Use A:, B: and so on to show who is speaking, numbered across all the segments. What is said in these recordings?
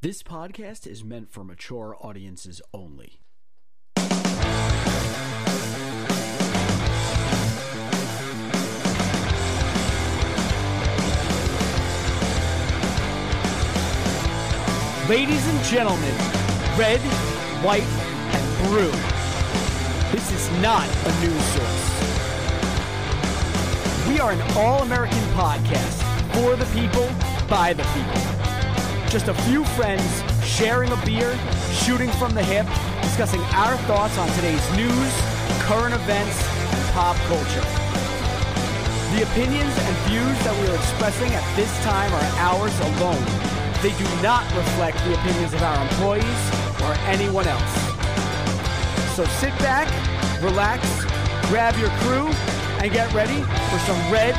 A: This podcast is meant for mature audiences only. Ladies and gentlemen, red, white, and brew. This is not a news source. We are an all American podcast for the people, by the people. Just a few friends sharing a beer, shooting from the hip, discussing our thoughts on today's news, current events, and pop culture. The opinions and views that we are expressing at this time are ours alone. They do not reflect the opinions of our employees or anyone else. So sit back, relax, grab your crew, and get ready for some red,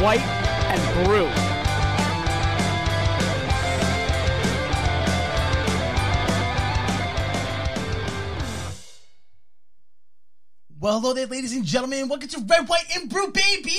A: white, and brew.
B: Well, hello there, ladies and gentlemen. Welcome to Red, White, and Brew Baby,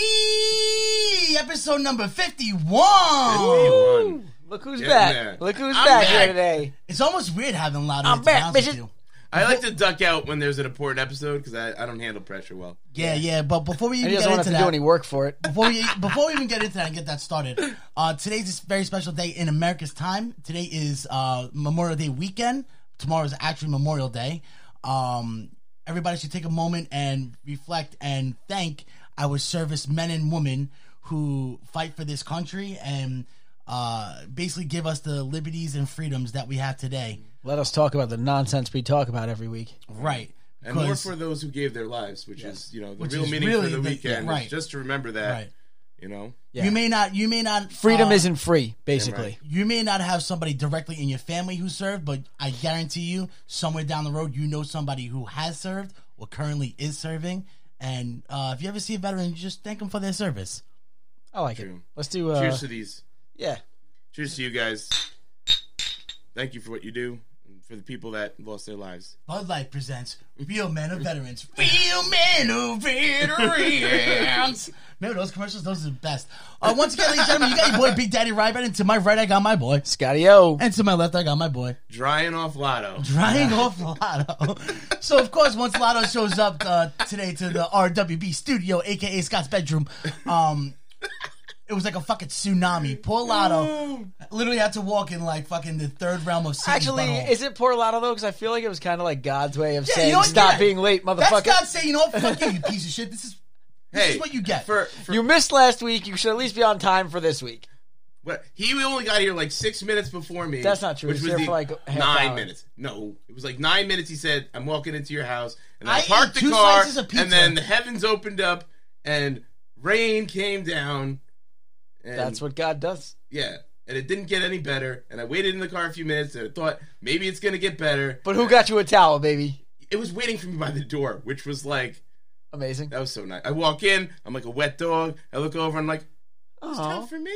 B: episode number 51.
C: Look who's
D: Get in
C: back.
D: there.
C: Look who's
D: I'm
C: back, here
D: back.
C: today.
B: It's almost weird having loud
C: I'm
B: on
C: back, bitches.
B: you.
D: I like to duck out when there's an important episode because I, I don't handle pressure well.
B: Yeah, yeah, but before we
C: And
B: even
C: he
B: get
C: doesn't want
B: into
C: to
B: that,
C: do any work for it.
B: before we before we even get into that and get that started, uh, today's a very special day in America's time. Today is uh, Memorial Day weekend. Tomorrow is actually Memorial Day. Um, everybody should take a moment and reflect and thank our service men and women who fight for this country and uh, basically give us the liberties and freedoms that we have today.
C: Let us talk about the nonsense we talk about every week.
B: Right.
D: And more
B: 'Cause-
D: for those who gave their lives, which is you know the
B: Which
D: real
B: is
D: meaning
B: really
D: for the
B: the-
D: weekend.
B: yeah,
D: is
B: right.
D: just to remember that
B: right.
D: you know
C: Yeah.
B: You may not. You may not.
C: Freedom
B: uh,
C: isn't free, basically.
B: you may not have somebody directly in your family who served, but I guarantee you, somewhere down the road, you know somebody who has served or currently is serving. And uh, if you ever see a veteran, just thank them for their service.
C: I like it.
D: True.
C: Let's do. Uh,
D: cheers to these
C: yeah.
D: cheers to you guys. Thank you for what you do and for the people that lost their lives.
B: Bud Light presents Real Men of Veterans. Real Men of Veterans. Remember those commercials? Those are the best. Uh, once again, ladies and gentlemen, you got your boy Big Daddy Ryback, and to my right, I got my boy.
C: Scotty O.
B: And to my left, I got my boy.
D: Drying off Lotto.
B: Drying off Lotto. so of course, once Lotto shows up uh, today to the RWB studio, aka Scott's bedroom, um, it was like a fucking tsunami. Poor Lotto literally had to walk in like fucking the third realm of Satan's
C: Actually,
B: butthole.
C: is it poor Lotto though? Because I feel like it was kind of like God's way of
B: Yeah,
C: saying,
B: you know what?
C: "Stop
B: Yeah.
C: being late,
B: that's
C: motherfucker."
B: God saying, you know what, fuck you, you piece of shit. This is this
D: Hey,
B: is what you get.
D: for, for
C: you missed last week. You should at least be on time for this week.
D: what he only got here like six minutes before me.
C: That's not true.
D: Which
C: He
D: was
C: was there
D: the
C: for, like, a half
D: nine
C: hour.
D: minutes. No, it was like nine minutes. He said, "I'm walking into your house," and
B: I
D: I,
B: ate
D: parked the
B: two
D: car,
B: slices of pizza.
D: and then the heavens opened up, and rain came down. And,
C: That's what God does.
D: Yeah, and it didn't get any better. And I waited in the car a few minutes, and I thought maybe it's gonna get better.
C: But who got you a towel, baby?
D: It was waiting for me by the door, which was like
C: Amazing.
D: that was so nice. I walk in, I'm like a wet dog. I look over, I'm like,
C: Aw.
D: for me.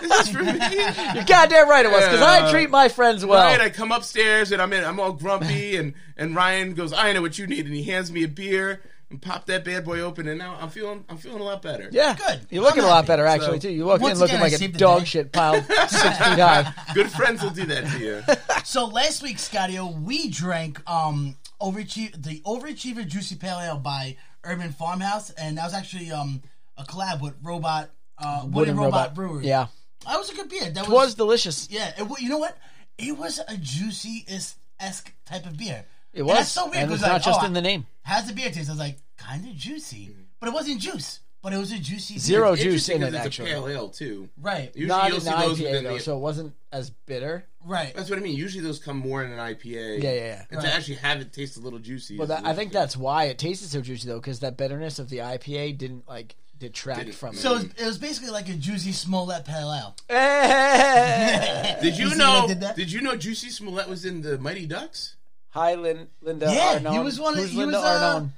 D: This is for me.
C: You're goddamn right it was because I
D: Yeah.
C: treat my friends well.
D: Right, I come upstairs and I'm in, I'm all grumpy, and and Ryan goes, I know what you need, and he hands me a beer and pop that bad boy open, and now I'm feeling I'm feeling a lot better.
C: Yeah,
B: Good.
C: You're looking
B: I'm
C: a lot
B: happy.
C: better actually
D: So,
C: too. You walk
B: once
C: in looking
B: again, I
C: like a
B: saved the
C: dog
B: day.
C: shit pile six feet high.
D: good friends will do that to you.
B: So last week, Scottio, we drank um overachie- the overachiever juicy pale ale by Urban Farmhouse, and that was actually um a collab with Robot uh, Wooden, Robot, Brewery.
C: Yeah,
B: that was a good beer. That
C: it was delicious.
B: yeah. It, wa- you know what? It was a juicy esque type of beer.
C: It
B: And
C: was.
B: that's so weird
C: and it's
B: because
C: not
B: like,
C: just
B: oh,
C: in the name.
B: how's the beer taste? I was like, kind of juicy, but it wasn't juice. But it was a juicy beer.
C: Zero juice
D: Interesting
C: in
D: 'cause
C: it,
D: it's
C: actually.
D: a pale ale too.
B: Right,
D: Usually
C: Not
D: you'll
C: an
D: see those
C: IPA
D: within
C: though,
D: the.
C: so it wasn't as bitter.
B: right.
D: that's what I mean. Usually those come more in an IPA.
C: Yeah, yeah, yeah.
D: And
B: Right.
D: to actually have it taste a little juicy.
C: Well,
D: is
C: that, I think
D: interesting.
C: that's why it tasted so juicy though, because that bitterness of the IPA didn't like detract
D: Didn't-
C: from it.
B: So it was, it was basically like a juicy Smollett pale ale.
D: Did you
B: see
D: know?
B: what did that?
D: did you know Juicy Smollett was in the Mighty Ducks?
C: Hi, Lin- Linda.
B: Yeah,
C: Arnon.
B: he was one of-
C: Who's
B: he
C: Linda
B: was, uh,
C: Arnon.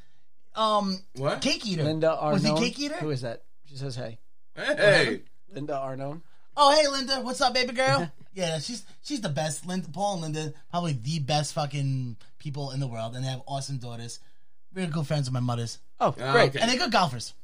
B: Um,
D: What?
B: cake eater.
C: Linda Arnon.
B: Was he cake eater?
C: Who is that? She says, "Hey,
D: Hey,
C: Linda Arnon."
B: Oh, hey, Linda. What's up, baby girl? yeah, she's she's the best. Linda, Paul and Linda, probably the best fucking people in the world, and they have awesome daughters. Really good friends of my mother's,
C: Oh,
D: Ah,
C: great.
D: okay.
B: and they're good golfers.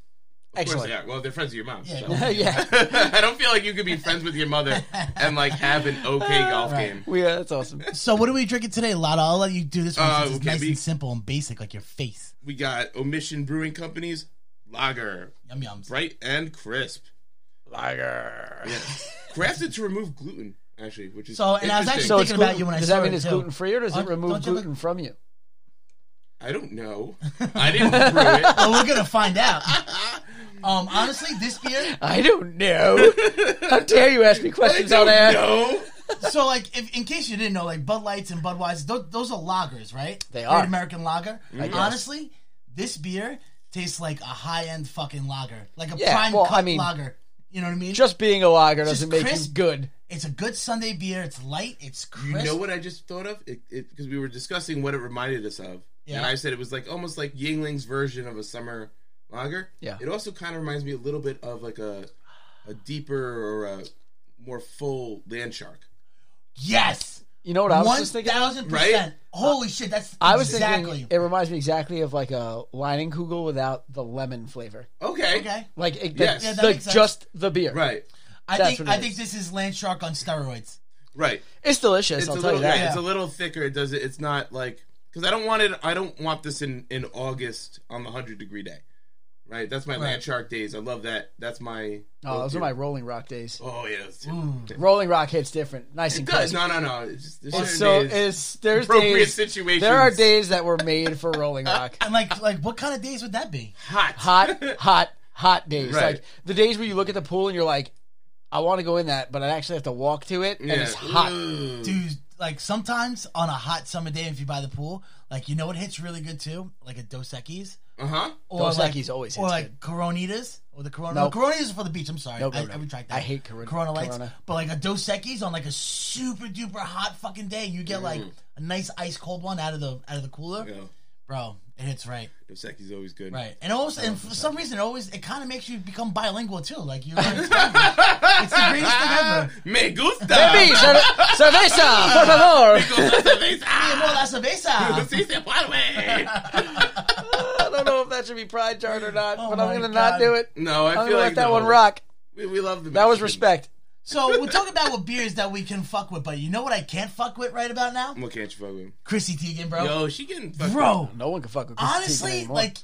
D: Of course
C: Excellent.
D: they are. Well, they're friends of your mom.
B: Yeah,
D: so.
B: go ahead.
C: yeah.
D: I don't feel like you could be friends with your mother and like have an okay golf
B: Ah, Right.
D: game.
C: We, uh, that's awesome.
B: So what are we drinking today, Lada? I'll let you do this one.
D: Uh,
B: since it's
D: can
B: nice
D: be-
B: and simple and basic, like your face.
D: We got Omission Brewing Company's lager,
B: Yum yums.
D: bright and crisp.
C: Lager.
D: Yeah. Crafted to remove gluten, actually, which is
B: So, and I was actually
D: interesting.
C: So it's
B: Thinking about
C: gluten,
B: you when I
C: does
B: saw
C: that mean
B: it,
C: it's
B: too.
C: gluten free or does
B: Aren't-
C: it remove
B: don't you look-
C: gluten from you?
D: I don't know. I didn't brew it.
B: Well, we're gonna find out. Um, honestly, this beer.
C: I don't know. How dare you ask me
D: I
C: questions
D: don't
C: on air?
D: know.
B: So, like, if, in case you didn't know, like Bud Lights and Budweiser, those, those are lagers, right?
C: They are. Mm-hmm.
B: Great American lager.
C: guess.
B: Honestly, this beer tastes like a high end fucking lager, like a
C: Yeah,
B: prime
C: well,
B: cut
C: I mean-
B: lager. You know what I mean?
C: Just being a lager doesn't
B: Just
C: make you
B: crisp.
C: good.
B: it's a good Sunday beer. It's light. It's crisp.
D: You know what I just thought of? It because we were discussing what it reminded us of,
B: Yeah.
D: and I said it was like almost like Yingling's version of a summer lager.
C: Yeah.
D: It also kind of reminds me a little bit of like a a deeper or a more full land shark.
B: Yes.
C: You know what I was
B: One
C: just thinking?
B: thousand
D: Right?
B: percent. Holy shit! That's
C: I was
B: exactly.
C: thinking it reminds me exactly of like a Leinenkugel without the lemon flavor.
D: Okay.
B: okay.
C: Like it,
D: Yes.
C: the-
D: Yeah,
B: that
C: the-
B: makes sense.
C: just the beer.
D: Right.
B: I
C: That's
B: think
C: what it
B: I think
C: is.
B: this is Land Shark on steroids.
D: Right.
C: It's delicious.
D: It's
C: I'll
D: a
C: tell
D: little.
C: you that.
D: yeah, It's
B: Yeah.
D: a little thicker. It does. It's not like because I don't want it. I don't want this in in August on the hundred degree day. Right. That's my land shark days. I love that. That's my.
C: Oh, those are my Mm. Rolling Rock days.
D: Oh yeah. That's
C: Rolling Rock hits different. Nice
D: It
C: and
D: does.
C: crisp.
D: No, no, no. It's just, there's
C: It's
D: certain
C: so
D: days,
C: it's there's
D: appropriate
C: days.
D: situations.
C: There are days that were made for Rolling Rock.
B: And like like what kind of days would that be?
D: hot,
C: Hot, hot, hot days.
D: Right.
C: Like the days where you look at the pool and you're like, I want to go in that, but I actually have to walk to it, and
D: Yeah.
C: it's hot.
D: Ooh.
B: Dude, like sometimes on a hot summer day, if you by the pool, like you know what hits really good too, like a Dos Equis
D: Uh huh.
B: or
C: Dos
B: like
C: Equis always
B: or
C: hits
B: like Coronitas or the Corona.
C: Nope.
B: No, Coronitas are for the beach. I'm sorry,
C: Nope,
B: I,
C: nope,
B: I
C: nope.
B: retract that.
C: I hate Corona-
B: Corona lights,
C: Corona.
B: but like a Dos Equis on like a super duper hot fucking day, you get like a nice ice cold one out of the out of the cooler,
D: Yeah.
B: bro. It hits right.
D: Oseki's always good.
B: Right, and also, and for some reason, it always it kind of makes you become bilingual too. Like you, learn Spanish. it's the greatest thing ever.
D: Me gusta.
C: Baby, cerve- cerveza, por favor.
B: More
D: gusta
B: la cerveza.
D: Si se puede.
C: I don't know if that should be pride chart or not,
B: Oh
C: but
B: my
C: I'm gonna
B: God.
C: not do it.
D: No, I
C: I'm
D: feel
C: gonna
D: like
C: let that
D: no.
C: one rock.
D: We, we love the.
C: That was
D: Mexican.
C: respect.
B: So we're talking about what beers that we can fuck with, but you know what I can't fuck with right about now?
D: What can't you fuck with?
B: Chrissy Teigen, bro.
D: Yo, she getting fucked
B: Oh. bro,
C: No one can fuck with Chrissy Teigen
B: honestly,
C: anymore.
B: like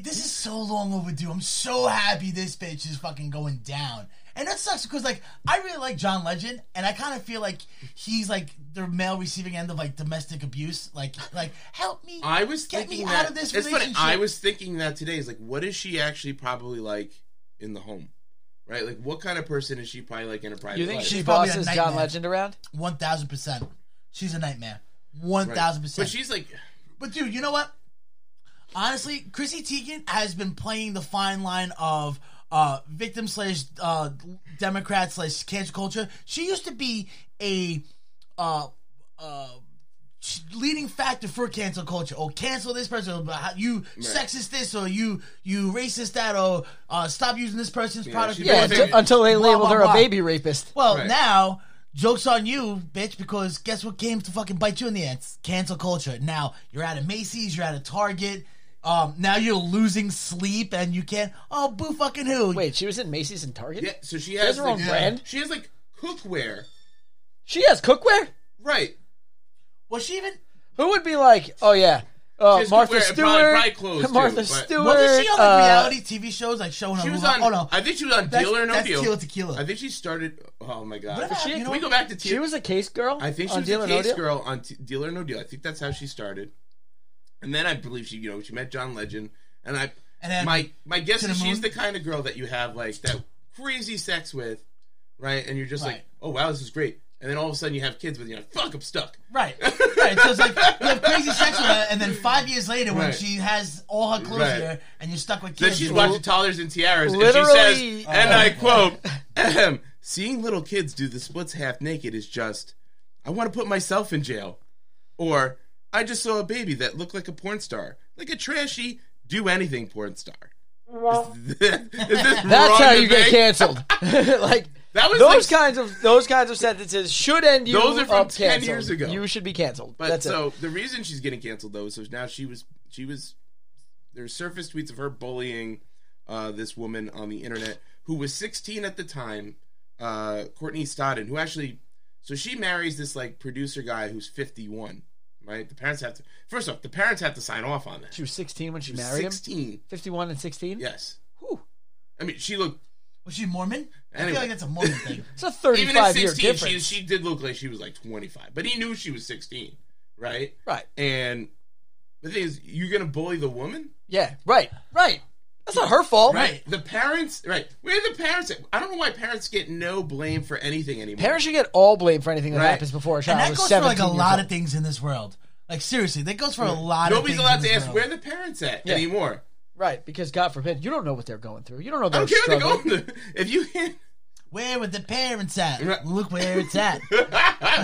B: this is so long overdue. I'm so happy this bitch is fucking going down. And that sucks because like I really like John Legend, and I kind of feel like he's like the male receiving end of like domestic abuse. Like, like help me,
D: I was
B: get
D: thinking
B: me
D: that,
B: out of this
D: It's funny.
B: relationship.
D: I was thinking that today. Is like, what is she actually probably like in the home? Right? Like, what kind of person is she probably like in a private
C: you think
D: life?
C: she
B: She's probably a
C: bosses John
B: nightmare.
C: Legend around?
B: one thousand percent. She's a nightmare. One
D: Right.
B: thousand
D: But
B: percent.
D: she's like,
B: But dude, you know what? Honestly, Chrissy Teigen has been playing the fine line of uh, victim slash uh, Democrat slash cancel culture. She used to be a uh, uh, ch- leading factor for cancel culture. Oh, cancel this person. Or how- you sexist this, or you you racist that, or uh, stop using this person's product.
D: she
C: Yeah,
D: Yeah,
C: until, until they
B: blah,
C: labeled
B: blah,
C: her
B: blah.
C: a baby rapist.
B: Well,
D: Right.
B: now jokes on you, bitch, because guess what came to fucking bite you in the ass? Cancel culture. Now you're out of Macy's, you're out of Target. Um, now you're losing sleep and you can't. Oh, boo fucking who?
C: Wait, she was in Macy's and Target.
D: yeah. So she has
C: her
D: like,
C: own brand?
D: She has like cookware.
C: She has cookware.
D: Right.
B: was she even?
C: Who would be like, oh yeah, uh,
D: She's
C: Martha
D: wearing
C: Stewart,
D: probably bright clothes, too,
C: Martha
D: but-
C: Stewart.
B: Wasn't she on like
C: uh,
B: reality TV shows like showing her?
D: She was
B: move
D: on.
B: Oh no,
D: I think she was on
B: That's-
D: Deal or No
B: that's
D: Deal.
B: Tequila Tequila.
D: I think she started. Oh my god.
B: What happened?
D: Can
B: You know
D: we
B: what?
D: go back to Teal?
C: She was a case girl.
D: I think she
C: on
D: was
C: Deal
D: a
C: or No
D: case
C: Deal?
D: girl on t- Deal or No Deal. I think that's how she started. And then I believe she, you know, she met John Legend. And I,
B: And then
D: my my guess
B: to the
D: is she's
B: moon.
D: the kind of girl that you have like that crazy sex with, right? And you're just like,
B: Right.
D: oh wow, this is great. And then all of a sudden you have kids with you. Like, Fuck, I'm stuck.
B: right, right. So it's like you have crazy sex with her, and then five years later, when
D: Right.
B: she has all her clothes
D: Right.
B: here, and you're stuck with
D: Then
B: kids.
D: she's watching Toddlers and Tiaras, and she
C: Literally- Uh-huh.
D: says, and I quote, "Ahem, "Seeing little kids do the splits half naked is just, I want to put myself in jail," or "I just saw a baby that looked like a porn star, like a trashy do anything porn star." Is this, is this
C: That's
D: wrong
C: how
D: to
C: you get
D: think?
C: canceled. like
D: That was
C: those
D: like-
C: kinds of those kinds of sentences should end you.
D: Those are from
C: up
D: 10
C: canceled.
D: years ago.
C: You should be canceled.
D: But
C: That's
D: so
C: it.
D: the reason she's getting canceled though, is so now she was she was there's surface tweets of her bullying uh, this woman on the internet who was 16 at the time, uh, Courtney Stodden, who actually, so she marries this like producer guy who's 51, right? The parents have to, first off, the parents have to sign off on that.
C: She was 16 when she married him.
D: 16.
C: 51 and 16.
D: Yes.
C: Whew.
D: I mean, she looked,
B: Was she Mormon? I
D: Anyway.
B: feel like that's a Mormon thing.
C: It's a
D: even at
C: 35 year
D: 16, she,
C: difference.
D: she did look like she was like 25, but he knew she was 16, right?
C: right.
D: And the thing is, you're going to bully the woman?
C: Yeah. Right. Right. That's not her fault.
B: Right.
D: The parents, right? Where are the parents? at? I don't know why parents get no blame for anything anymore.
C: Parents should get all blame for anything that
D: Right.
C: happens before a child
B: And that
C: is
B: goes for like a
C: 17 years
B: lot
C: old.
B: of things in this world. Like seriously, that goes for a lot of
D: Nobody's
B: things.
D: allowed
B: in
D: to
B: this
D: ask
B: world.
D: where the parents at anymore.
C: Right, because God forbid, you don't know what they're going through. You don't know
D: I
C: they're
D: don't care what they're going
C: struggling.
D: to. If you can't,
B: Where were the parents at?
D: Right.
B: Look where it's at.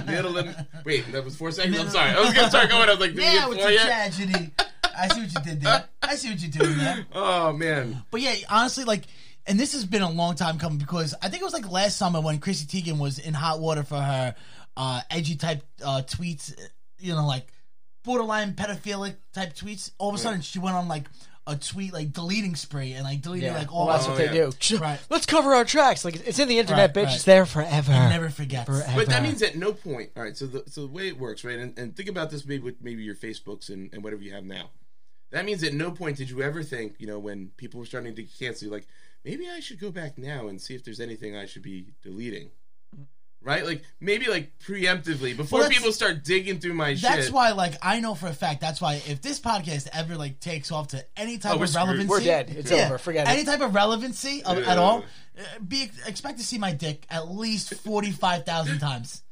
D: middle of, wait, that was four seconds. I'm sorry. I was gonna start going. I was like, did we
B: now
D: get
B: it's
D: four
B: a
D: yet?
B: tragedy. I see what you did there. I see what you did there.
D: Oh man,
B: But yeah, honestly, like, and this has been a long time coming because I think it was like last summer when Chrissy Teigen was in hot water for her uh, edgy type uh, tweets, you know, like borderline pedophilic type tweets. All of a sudden, she went on like a tweet like deleting spree and like deleting
C: Yeah.
B: like all.
C: well, that's
D: Oh,
C: what they
D: yeah.
C: do. Ch-
B: Right.
C: Let's cover our tracks. Like it's in the internet,
B: Right,
C: bitch.
B: right.
C: It's there forever.
B: never forgets.
C: Forever.
D: But that means at no point. All right. So the so the way it works, right? And, and think about this maybe with maybe your Facebooks and, and whatever you have now. That means at no point did you ever think, you know, when people were starting to cancel, you like maybe I should go back now and see if there's anything I should be deleting. Right? Like maybe like preemptively before
B: that's-
D: people start digging through my shit.
B: That's why, like, I know for a fact. That's why, if this podcast ever like takes off to any type
D: Oh, we're
B: of
D: screwed.
B: relevancy,
C: We're dead. It's
B: Yeah.
C: over. Forget
B: any
C: it.
B: type of relevancy of, at all. uh, Be expect to see my dick at least forty five thousand times.
D: Yeah.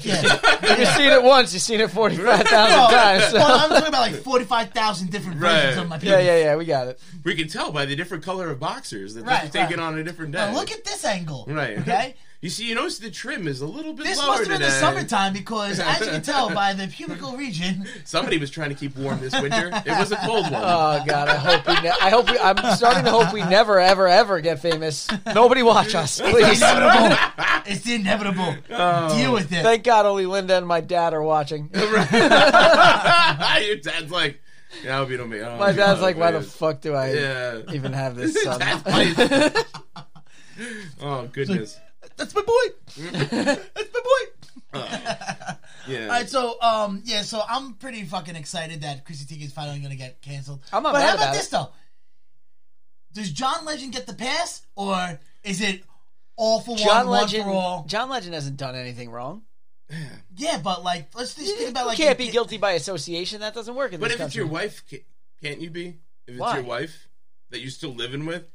B: Yeah.
C: You've seen it once. You've seen it forty-five
B: No,
C: thousand times.
B: well, I'm talking about like forty five thousand different versions
D: Right.
B: of my penis.
C: yeah, yeah, yeah. We got it.
D: we can tell by the different color of boxers that
B: Right,
D: they're taking
B: right.
D: on a different day.
B: Now, look at this angle.
D: right.
B: Okay.
D: You see, you notice the trim is a little bit
B: This
D: lower
B: must have been
D: today.
B: the summertime because, as you can tell by the pubical region,
D: Somebody was trying to keep warm this winter. It was a cold one.
C: Oh God, I hope we. Ne- I hope we. I'm starting to hope we never, ever, ever get famous. Nobody watch us, please.
B: inevitable. it's the inevitable.
D: Oh.
B: Deal with it.
C: Thank God, only Linda and my dad are watching.
D: Your dad's like, yeah, I'll be on me.
C: My dad's like, why the fuck do I
D: Yeah.
C: even have this son?
D: That's like- oh goodness.
B: That's my boy. That's my boy.
D: Yeah.
B: All right, so um, yeah, so I'm pretty fucking excited that Chrissy Teigen's finally gonna get canceled.
C: I'm not
B: but
C: mad
B: how about,
C: about
B: this
C: it.
B: though? Does John Legend get the pass, or is it all for
C: John
B: one,
C: Legend.
B: one for all?
C: John Legend hasn't done anything wrong.
B: Yeah, but like, let's just think about
C: you
B: like
C: can't be guilty by association. That doesn't work in
D: but if
C: this
D: it's
C: country.
D: your wife, ca- can't you be? If it's
C: Why?
D: your wife that you're still living with,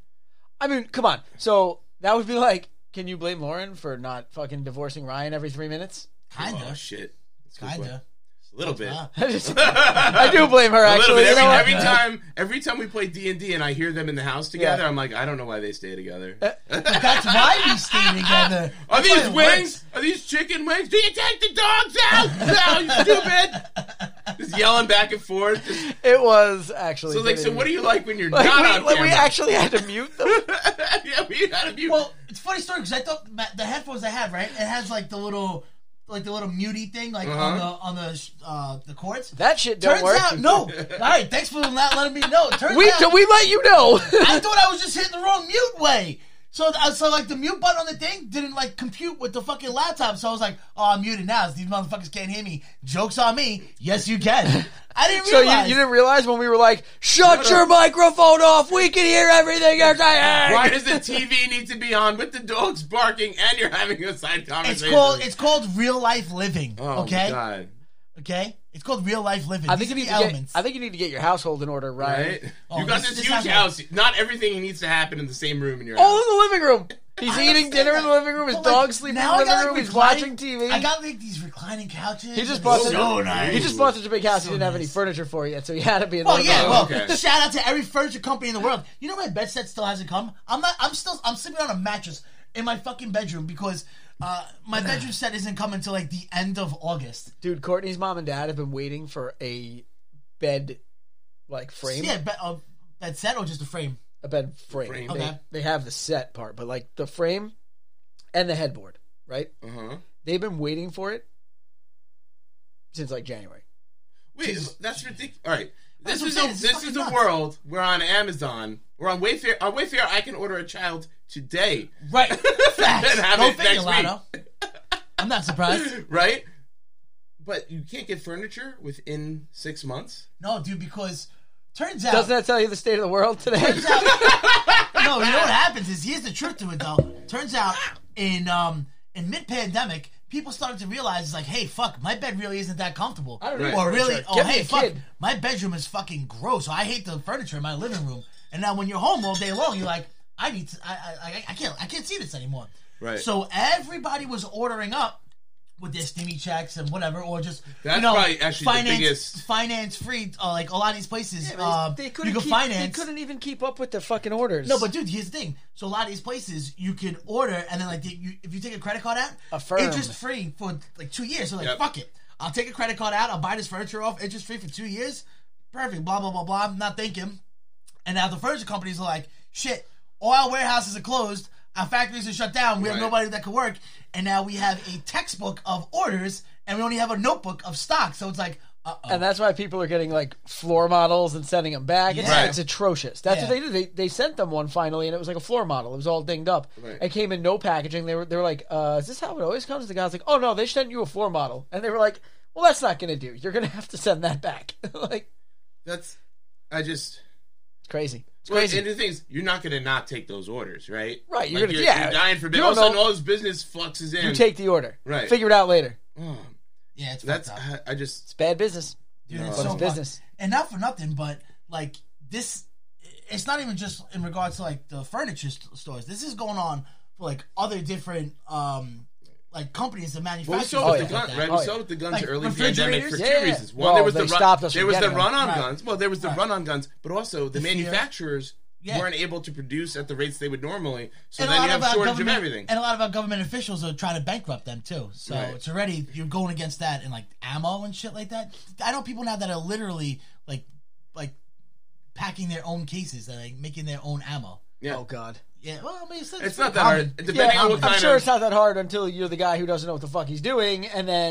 C: I mean, come on. So that would be like, can you blame Lauren for not fucking divorcing Ryan every three minutes?
D: oh
B: kinda,
D: shit, That's a good
B: kinda. Ah,
D: point. a little bit.
B: Wow.
C: I just- I do blame her
D: A little
C: actually.
D: bit.
C: You know what?
D: Every, every time, every time we play D and D, and I hear them in the house together, I'm like, I don't know why they stay together.
B: But that's why we stay together. That's
D: Are
B: why
D: these
B: it
D: wings?
B: works.
D: Are these chicken wings? Do you take the dogs out? No, you stupid! Just yelling back and forth. Just-
C: It was actually.
D: so like, so what do you like when you're
C: Like,
D: not
C: we,
D: on
C: like, we
D: camera?
C: actually had to mute them.
D: yeah, we gotta be.
B: Well, it's a funny story because I thought ma- the headphones I have, right? It has like the little, like the little mutey thing, like on the on the sh- uh, the cords.
C: That shit don't
B: Turns
C: work.
B: out, no. All right, thanks for not letting me know. Turns
C: we
B: out,
C: we let you know.
B: I thought I was just hitting the wrong mute way. So, th- so like the mute button on the thing didn't like compute with the fucking laptop. So I was like, oh, I'm muted now. These motherfuckers can't hear me. Jokes on me. Yes, you can. I didn't
C: so you,
B: realize.
C: you didn't realize when we were like, shut your microphone off. We can hear everything you're saying.
D: Why does the TV need to be on with the dogs barking and you're having a side
B: It's
D: conversation?
B: called it's called real life living.
D: Oh,
B: okay,
D: God.
B: okay. It's called real life living.
C: I
B: These
C: think,
B: are
C: you
B: the
C: need to get,
B: elements.
C: I think you need to get your household in order, Ryan.
D: Right?
B: Oh,
D: you got
B: this-
D: this,
B: this
D: huge
B: happened.
D: house. Not everything needs to happen in the same room in your house.
C: All in the living room. He's
B: I
C: eating
B: understand
C: dinner in the
B: that.
C: living room. His
B: But, like,
C: dog sleeping in
B: now
C: the
B: I
C: living
B: got, like,
C: room. He's
B: reclining-
C: watching TV.
B: I got like these reclining couches.
C: He just
B: and
C: bought
B: it's
C: the-
B: so nice.
C: He just bought such a big house.
B: So
C: he didn't have any
B: nice.
C: furniture for it yet, so he had to be in the
B: Well,
C: living
B: yeah.
C: room.
B: Well,
D: okay.
B: shout out to every furniture company in the world. You know, my bed set still hasn't come. I'm not. I'm still. I'm sleeping on a mattress in my fucking bedroom because uh, my bedroom set isn't coming until like the end of August.
C: Dude, Courtney's mom and dad have been waiting for a bed, like frame,
B: Yeah, bed, uh, bed set or just a frame.
C: a bed frame.
D: Frame.
C: They,
B: Okay.
C: they have the set part, but like the frame and the headboard, right?
D: Uh-huh.
C: They've been waiting for it since like January.
D: Wait, that's ridiculous. All right. This
B: what
D: is
B: I'm
D: a
B: saying, it's
D: this
B: fucking
D: is a
B: nuts.
D: world where on Amazon or on Wayfair on Wayfair I can order a child today,
B: Right. Facts.
D: And have
B: Go
D: it
B: figure,
D: next week.
B: Lotto. I'm not surprised.
D: right? But you can't get furniture within six months.
B: No, dude, because turns out.
C: Doesn't that tell you the state of the world today?
B: turns out no, you know what happens is here's the truth to it though. Turns out in um in mid pandemic, people started to realize it's like, hey, fuck, my bed really isn't that comfortable.
C: I don't need
B: or
C: furniture.
B: really, oh
C: Get me
B: hey,
C: a
B: fuck,
C: kid.
B: my bedroom is fucking gross. I hate the furniture in my living room. And now when you're home all day long, you're like, I need to, I, I, I- I can't, I can't see this anymore.
D: Right.
B: So everybody was ordering up. With their stimmy checks and whatever, or just
D: That's
B: you know,
D: probably actually the biggest-
B: finance free. Uh, like a lot of these places,
C: Yeah,
B: um,
C: they
B: you
C: couldn't
B: can
C: keep-
B: finance.
C: They couldn't even keep up with the fucking orders.
B: No, but dude, here's the thing. So a lot of these places you can order, and then like the, you, if you take a credit card out,
C: Affirm.
B: interest free for like two years. So like,
D: Yep.
B: fuck it. I'll take a credit card out. I'll buy this furniture off interest free for two years. Perfect. Blah blah blah blah. I'm not thinking. And now the furniture companies are like, shit. All our warehouses are closed. Our factories are shut down. We have
D: Right.
B: nobody that can work. And now we have a textbook of orders, and we only have a notebook of stock. So it's like, uh oh.
C: and that's why people are getting like floor models and sending them back. It's,
B: Right.
C: it's atrocious. That's what
B: Yeah.
C: they did. They, they sent them one finally, and it was like a floor model. It was all dinged up.
D: Right.
C: It came in no packaging. They were they were like, uh, "Is this how it always comes?" The guy's like, "Oh no, they sent you a floor model," and they were like, "Well, that's not gonna do. You're gonna have to send that back." like
D: That's I just
C: it's crazy. It's
D: Well,
C: crazy.
D: and the thing is, you're not going to not take those orders, right?
C: Right, you're
D: Like,
C: gonna-
D: you're,
C: yeah.
D: you're dying for
C: You
D: business. All of a
C: don't
D: sudden,
C: know-
D: all this business fluxes in.
C: you take the order.
D: Right.
C: Figure it out later.
D: Oh,
B: yeah, it's
D: that's
B: fucked up.
D: I, I just
C: It's bad business.
B: Dude, it's
D: No.
B: so
D: It's
B: much.
C: business.
B: And not for nothing, but like this, it's not even just in regards to like the furniture st- stores. This is going on for like other different um like companies that
D: well, we
B: manufacture.
D: saw
B: stuff
D: with the
B: like
D: guns,
B: that.
D: right?
C: Oh,
D: we
C: yeah.
D: saw with the guns
B: Like
D: early pandemic for two
C: refrigerators? Yeah.
D: reasons. One,
C: Well,
D: there was
C: they
D: the run,
C: stopped us
D: there
C: from
D: was the
C: getting them.
D: run on
B: Right.
D: guns. Well, there was the
B: Right.
D: run on guns, but also the,
B: fear.
D: manufacturers
B: Yeah.
D: weren't able to produce at the rates they would normally. So
B: And a
D: then
B: lot
D: you have
B: of
D: a
B: our
D: shortage of
B: government-
D: everything.
B: and a lot of our government officials are trying to bankrupt them too. So
D: Right.
B: it's already you're going against that and like ammo and shit like that. I know people now that are literally like like packing their own cases and like making their own ammo.
D: yeah,
C: Oh God.
B: Yeah, well, I mean, it's,
D: it's not that
B: common.
D: hard. Depending on what
B: I'm
D: kind
C: I'm sure
D: of
C: it's not that hard until you're the guy who doesn't know what the fuck he's doing, and then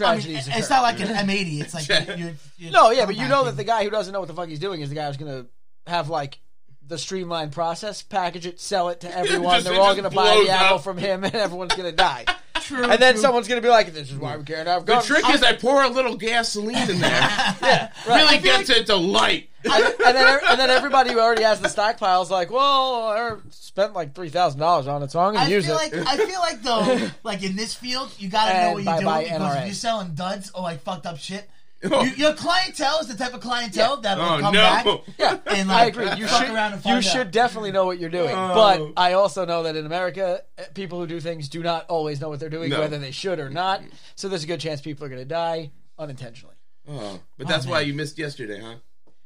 D: Oh,
B: I mean,
C: tragedies
B: it's
C: occur.
B: not like an M80. It's like you're, you're,
C: No, yeah, but you know that the guy who doesn't know what the fuck he's doing is the guy who's gonna have like the streamlined process, package it, sell it to everyone.
D: Just-
C: They're
D: it
C: all
D: just
C: gonna buy
D: blows
C: the apple
D: up.
C: from him, and everyone's gonna die.
B: True,
C: and then
B: true.
C: someone's gonna be like, "This is why we can't have
D: the
C: guns."
D: trick is I pour a little gasoline in there,
C: yeah, right.
D: really gets it to light.
C: and then and then everybody who already has the stockpile is like, "Well, I spent like three thousand dollars on it, so I'm gonna
B: I
C: use
B: feel
C: it."
B: like I feel like though, like in this field, you gotta know
C: And
B: what you're
C: bye-bye
B: doing because if
C: NRA.
B: you're selling duds or like fucked up shit,
D: Oh.
B: you, your clientele is the type of clientele that will
D: Oh,
B: come
D: no.
B: back.
C: Yeah,
B: And,
C: I
B: like,
C: agree. You
B: fuck
C: should
B: around and
C: you
B: find
C: should
B: out.
C: definitely know what you're doing.
D: Oh.
C: But I also know that in America, eh, people who do things do not always know what they're doing,
D: No.
C: whether they should or not. So there's a good chance people are going to die unintentionally.
D: Oh, but that's why you missed yesterday, huh?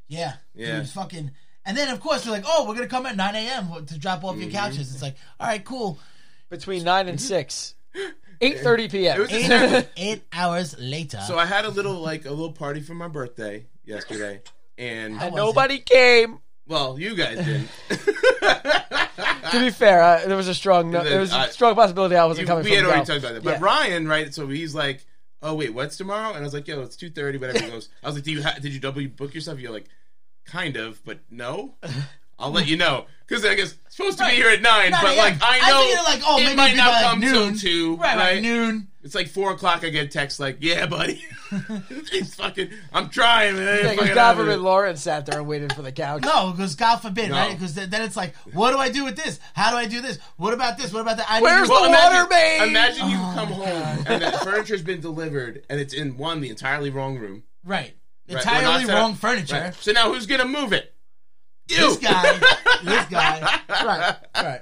B: Yeah,
D: Yeah.
B: Dude, fucking. And then of course they're like, oh, we're gonna come at 9 a.m. to drop off your
D: Mm-hmm.
B: couches. It's like, all right, cool.
C: Between nine and six, eight thirty p.m.
D: was a-
B: Eight, eight hours later.
D: So I had a little like a little party for my birthday yesterday, and
C: And nobody came.
D: well, you guys didn't.
C: To be fair, I, there was a strong no, there was
D: I-
C: a strong possibility I
D: You-
C: wasn't coming.
D: we
C: from
D: had
C: the
D: already
C: Gulf.
D: talked about that, but
C: Yeah.
D: Ryan, right? So he's like, "Oh wait, what's tomorrow?" And I was like, "Yo, it's 2.30, whatever." He goes, "I was like, do you ha- did you double book yourself?" You're like, "Kind of, but no." I'll let you know because I guess it's supposed to be here at nine,
B: 9
D: but
B: a.m.
D: like I
B: I
D: know
B: figured, like, oh, maybe
D: it might
B: it'd be
D: not
B: by
D: come till
B: noon.
D: two,
B: right,
D: right?
B: right noon.
D: It's like four o'clock. I get text like, "Yeah, buddy, it's fucking. I'm trying, man.
C: Yeah, 'cause
D: Fucking over it."
C: Donovan Lawrence sat there and waited for the couch.
B: No, because God forbid,
D: No.
B: right? Because then it's like, what do I do with this? How do I do this? What about this? What about that? I need
C: Where's
B: to-
C: the
D: imagine,
C: water main.
D: Imagine you
B: Oh
D: come home and that furniture's been delivered and it's in one the entirely wrong room.
B: Right.
D: Right, we're not
B: Entirely
D: set up-
B: wrong furniture.
D: Right. So now who's gonna move it?
B: This guy. this guy. Right. Right.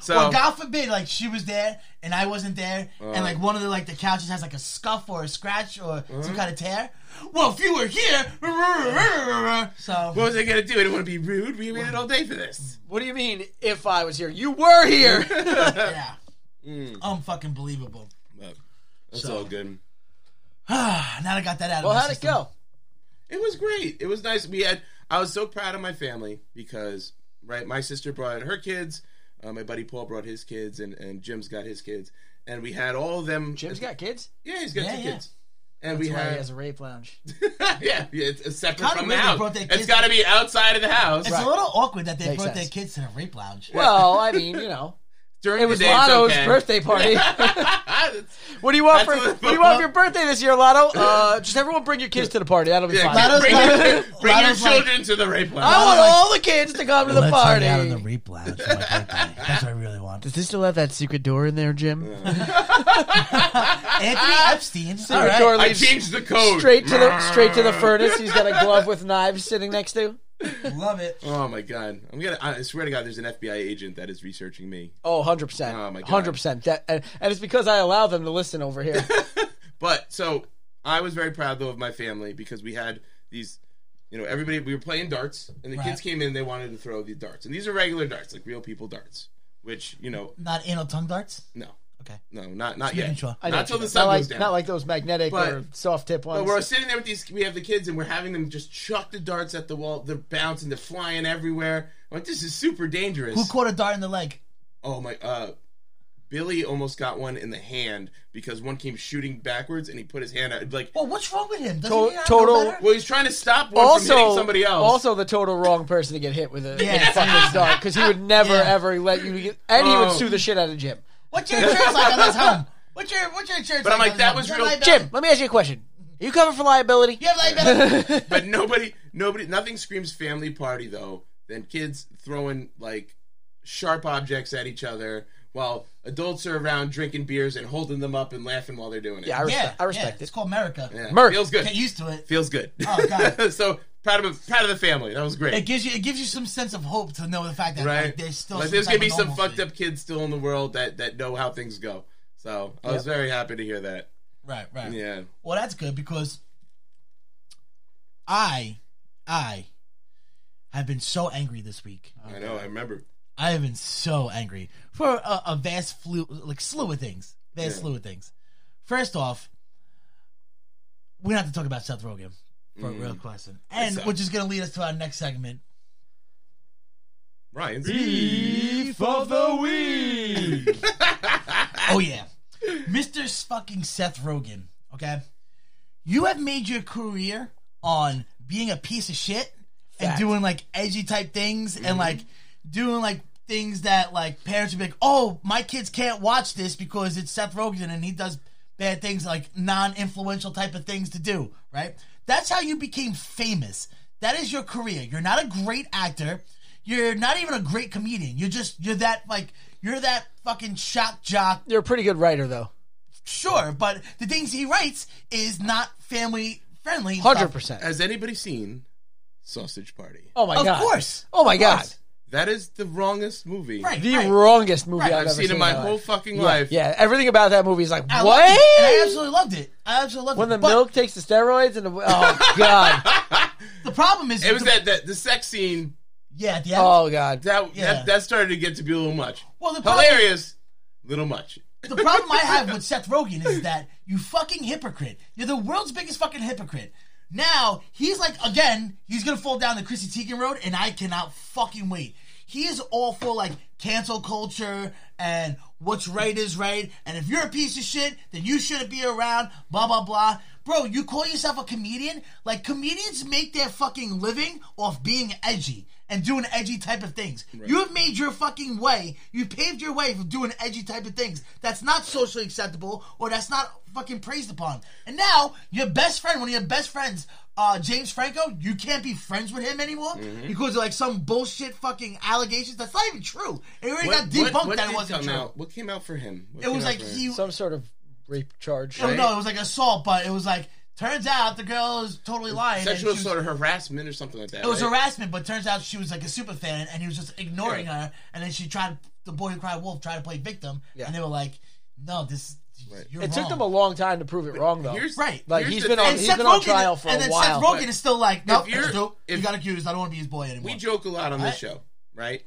D: So
B: Or God forbid, like she was there and I wasn't there, and like one of the like the couches has like a scuff or a scratch or some kind of tear. Well, if you were here, so
D: what was I gonna do? I didn't want to be rude. We waited all day for this.
C: What do you mean? If I was here, you were here.
B: yeah, Mm. unfucking believable.
D: But that's all good.
B: now that I got that out.
C: well,
B: of my
C: how'd it
B: system.
C: go?
D: It was great. It was nice. We had. I was so proud of my family because right, my sister brought her kids. Uh, my buddy Paul brought his kids, and and Jim's got his kids, and we had all of them.
C: Jim's got kids.
D: Yeah, he's got
B: Yeah,
D: two
B: yeah.
D: kids. and
C: That's
D: we
C: why he
D: have
C: has a rape lounge.
D: yeah, yeah, it's, it's separate
B: Kinda
D: from the
B: weird they
D: house.
B: brought their
D: It's
B: kids-
D: got to be outside of the house
B: It's a little awkward that they
C: Makes
B: brought
C: sense.
B: their kids to the rape lounge.
C: Well, I mean, you know,
D: during
C: it was
D: the day. it's
C: Lotto's
D: okay.
C: birthday party.
D: That's-
C: What do you want
D: That's
C: for
D: what-
C: What do you want for your birthday this year, Lotto? Uh, just everyone bring your kids to the party. That'll be
D: yeah,
C: fine.
B: Lotto's-
D: bring your,
B: Lotto's-
D: bring your
B: Lotto's like-
D: children to the rape
C: I
D: lounge.
C: want all the kids to come to the
B: Let's
C: party.
B: hang out in the rape lounge for my birthday. That's what I really want.
C: Does this still have that secret door in there, Jim?
B: Anthony Epstein.
C: Secret
B: All right.
C: door
D: I
C: leads
D: changed the code
C: straight to the straight to the furnace. He's got a glove with knives sitting next to.
B: Love it.
D: Oh my god! I'm gonna. I swear to God, there's an FBI agent that is researching me.
C: Oh, 100%.
D: Oh, my God.
C: 100%. That, and, and it's because I allow them to listen over here.
D: But so I was very proud though of my family because we had these. You know, everybody we were playing darts, and the
B: Right.
D: kids came in. They wanted to throw these darts, and these are regular darts, like real people darts. Which you know,
B: Not anal tongue darts.
D: no,
B: Okay.
D: no, not not
B: Just making
D: yet.
B: sure. I
C: I know
D: Not till
C: what you
D: the
C: mean.
D: sun
C: not
D: goes
C: like,
D: down.
C: Not like those magnetic
D: But-
C: or soft tip ones.
D: But we're sitting there with these. We have the kids, and we're having them just chuck the darts at the wall. They're bouncing. They're flying everywhere. I'm like, this is super dangerous.
B: Who caught a dart in the leg?
D: oh my! Uh, Billy almost got one in the hand because one came shooting backwards, and he put his hand out. Like,
B: Well, what's wrong with him? Doesn't
C: To-
B: he not know
C: total-
B: better?
D: well, he's trying to stop one from
C: also,
D: hitting somebody else.
C: also the total wrong person to get hit with a,
B: Yeah.
C: with a fucking dart because he would never
B: Yeah.
C: ever let you. Get, and he would
D: Oh.
C: sue the shit out of Jim.
B: What's your insurance like on this home? What's your What's your insurance?
D: But I'm like,
B: on
D: that
B: this
D: was
B: home?
D: real-
B: You have
C: Jim, let me ask you a question. Are you covered for liability?
B: liability. You have liability.
D: but nobody, nobody, nothing screams family party though than kids throwing like sharp objects at each other while adults are around drinking beers and holding them up and laughing while they're doing it.
C: Yeah, I
B: yeah,
C: respect, I respect
B: yeah, It's
C: it.
B: called America.
D: Yeah,
C: Merc.
D: feels good.
B: Get used to it.
D: feels good.
B: Oh, God.
D: so proud of proud of the family. That was great.
B: It gives you It gives you some sense of hope to know the fact that
D: right?
B: like, there's still
D: Like,
B: some
D: there's gonna
B: type
D: be
B: of
D: some
B: normalcy.
D: fucked up kids still in the world that that know how things go. So I was very happy to hear that.
B: Right. Right.
D: Yeah.
B: Well, that's good because I I have been so angry this week.
D: I know, I remember.
B: I have been so angry for a, a vast flu, like slew of things, vast
D: Yeah.
B: slew of things. First off, we have to talk about Seth Rogen for a real question, and
D: suck.
B: which is going to lead us to our next segment.
D: Ryan's
B: of the week. oh yeah, Mr. fucking Seth Rogen. Okay, you have made your career on being a piece of shit and
C: Fact.
B: doing like edgy type things and like doing like things that like parents would be like, oh, my kids can't watch this because it's Seth Rogen and he does bad things like non-influential type of things to do. Right? That's how you became famous. That is your career. You're not a great actor. You're not even a great comedian. You're just you're that like you're that fucking shock jock
C: You're a pretty good writer, though.
B: sure, but the things he writes is not family friendly.
C: 100%.
D: Has anybody seen Sausage Party?
C: Oh, my
B: Of
C: God.
B: course.
C: Oh, my
B: Of
C: God.
B: course.
D: That is the wrongest movie
B: Right.
C: The wrongest movie
B: Right.
C: I've,
D: I've
C: ever
D: seen in my whole
C: life.
D: fucking
C: yeah,
D: life.
C: Yeah, everything about that movie is like,
B: I
C: what?
B: loved it, and I absolutely loved it. I absolutely loved
C: when
B: it.
C: the
B: but
C: milk takes the steroids and the. Oh, God.
B: the problem is
D: It was
B: the-
D: that, that the sex scene
B: yeah at the end.
C: Oh, God.
D: that,
B: Yeah.
D: that that started to get to be a little much.
B: well, the problem,
D: Hilarious, little much.
B: the problem I have with Seth Rogen is that you fucking hypocrite. You're the world's biggest fucking hypocrite. Now he's like again, he's gonna fall down the Chrissy Teigen road, and I cannot fucking wait. He is all for like cancel culture and what's right is right, and if you're a piece of shit, then you shouldn't be around. Blah blah blah, bro. You call yourself a comedian? Like comedians make their fucking living off being edgy and doing edgy type of things. You have made your fucking way. You paved your way for doing edgy type of things. That's not socially acceptable or that's not fucking praised upon. And now your best friend, one of your best friends, uh, James Franco, you can't be friends with him anymore because of like some bullshit fucking allegations. That's not even true. It already got debunked that it
D: did
B: wasn't
D: come
B: true.
D: out? What came out for him? What
B: It was
D: came out
B: like
D: for him?
B: he.
C: Some sort of rape charge.
B: Oh no, it was like assault, but it was like turns out the girl is totally lying. and
D: sexual
B: she was-
D: sort of harassment or something like that.
B: It was
D: right?
B: harassment, but turns out she was like a super fan, and he was just ignoring
D: Yeah.
B: her. And then she tried the boy who cried wolf tried to play victim, and they were like, "No, this you're
C: It
B: wrong."
C: took them a long time to prove it wrong, though.
D: Here's-
B: Right.
C: Like,
D: here's
C: he's
D: the
C: been
D: thing.
C: on-
B: And
C: he's
B: Seth
C: been on
B: Rogen-
C: trial for
B: and
C: a
B: then
C: while,
B: Seth Rogen is still like, "No,
D: you're-
B: nope, dope.
D: if-
B: you got accused. I don't want to be his boy anymore."
D: we joke a lot on this
B: I-
D: show, right?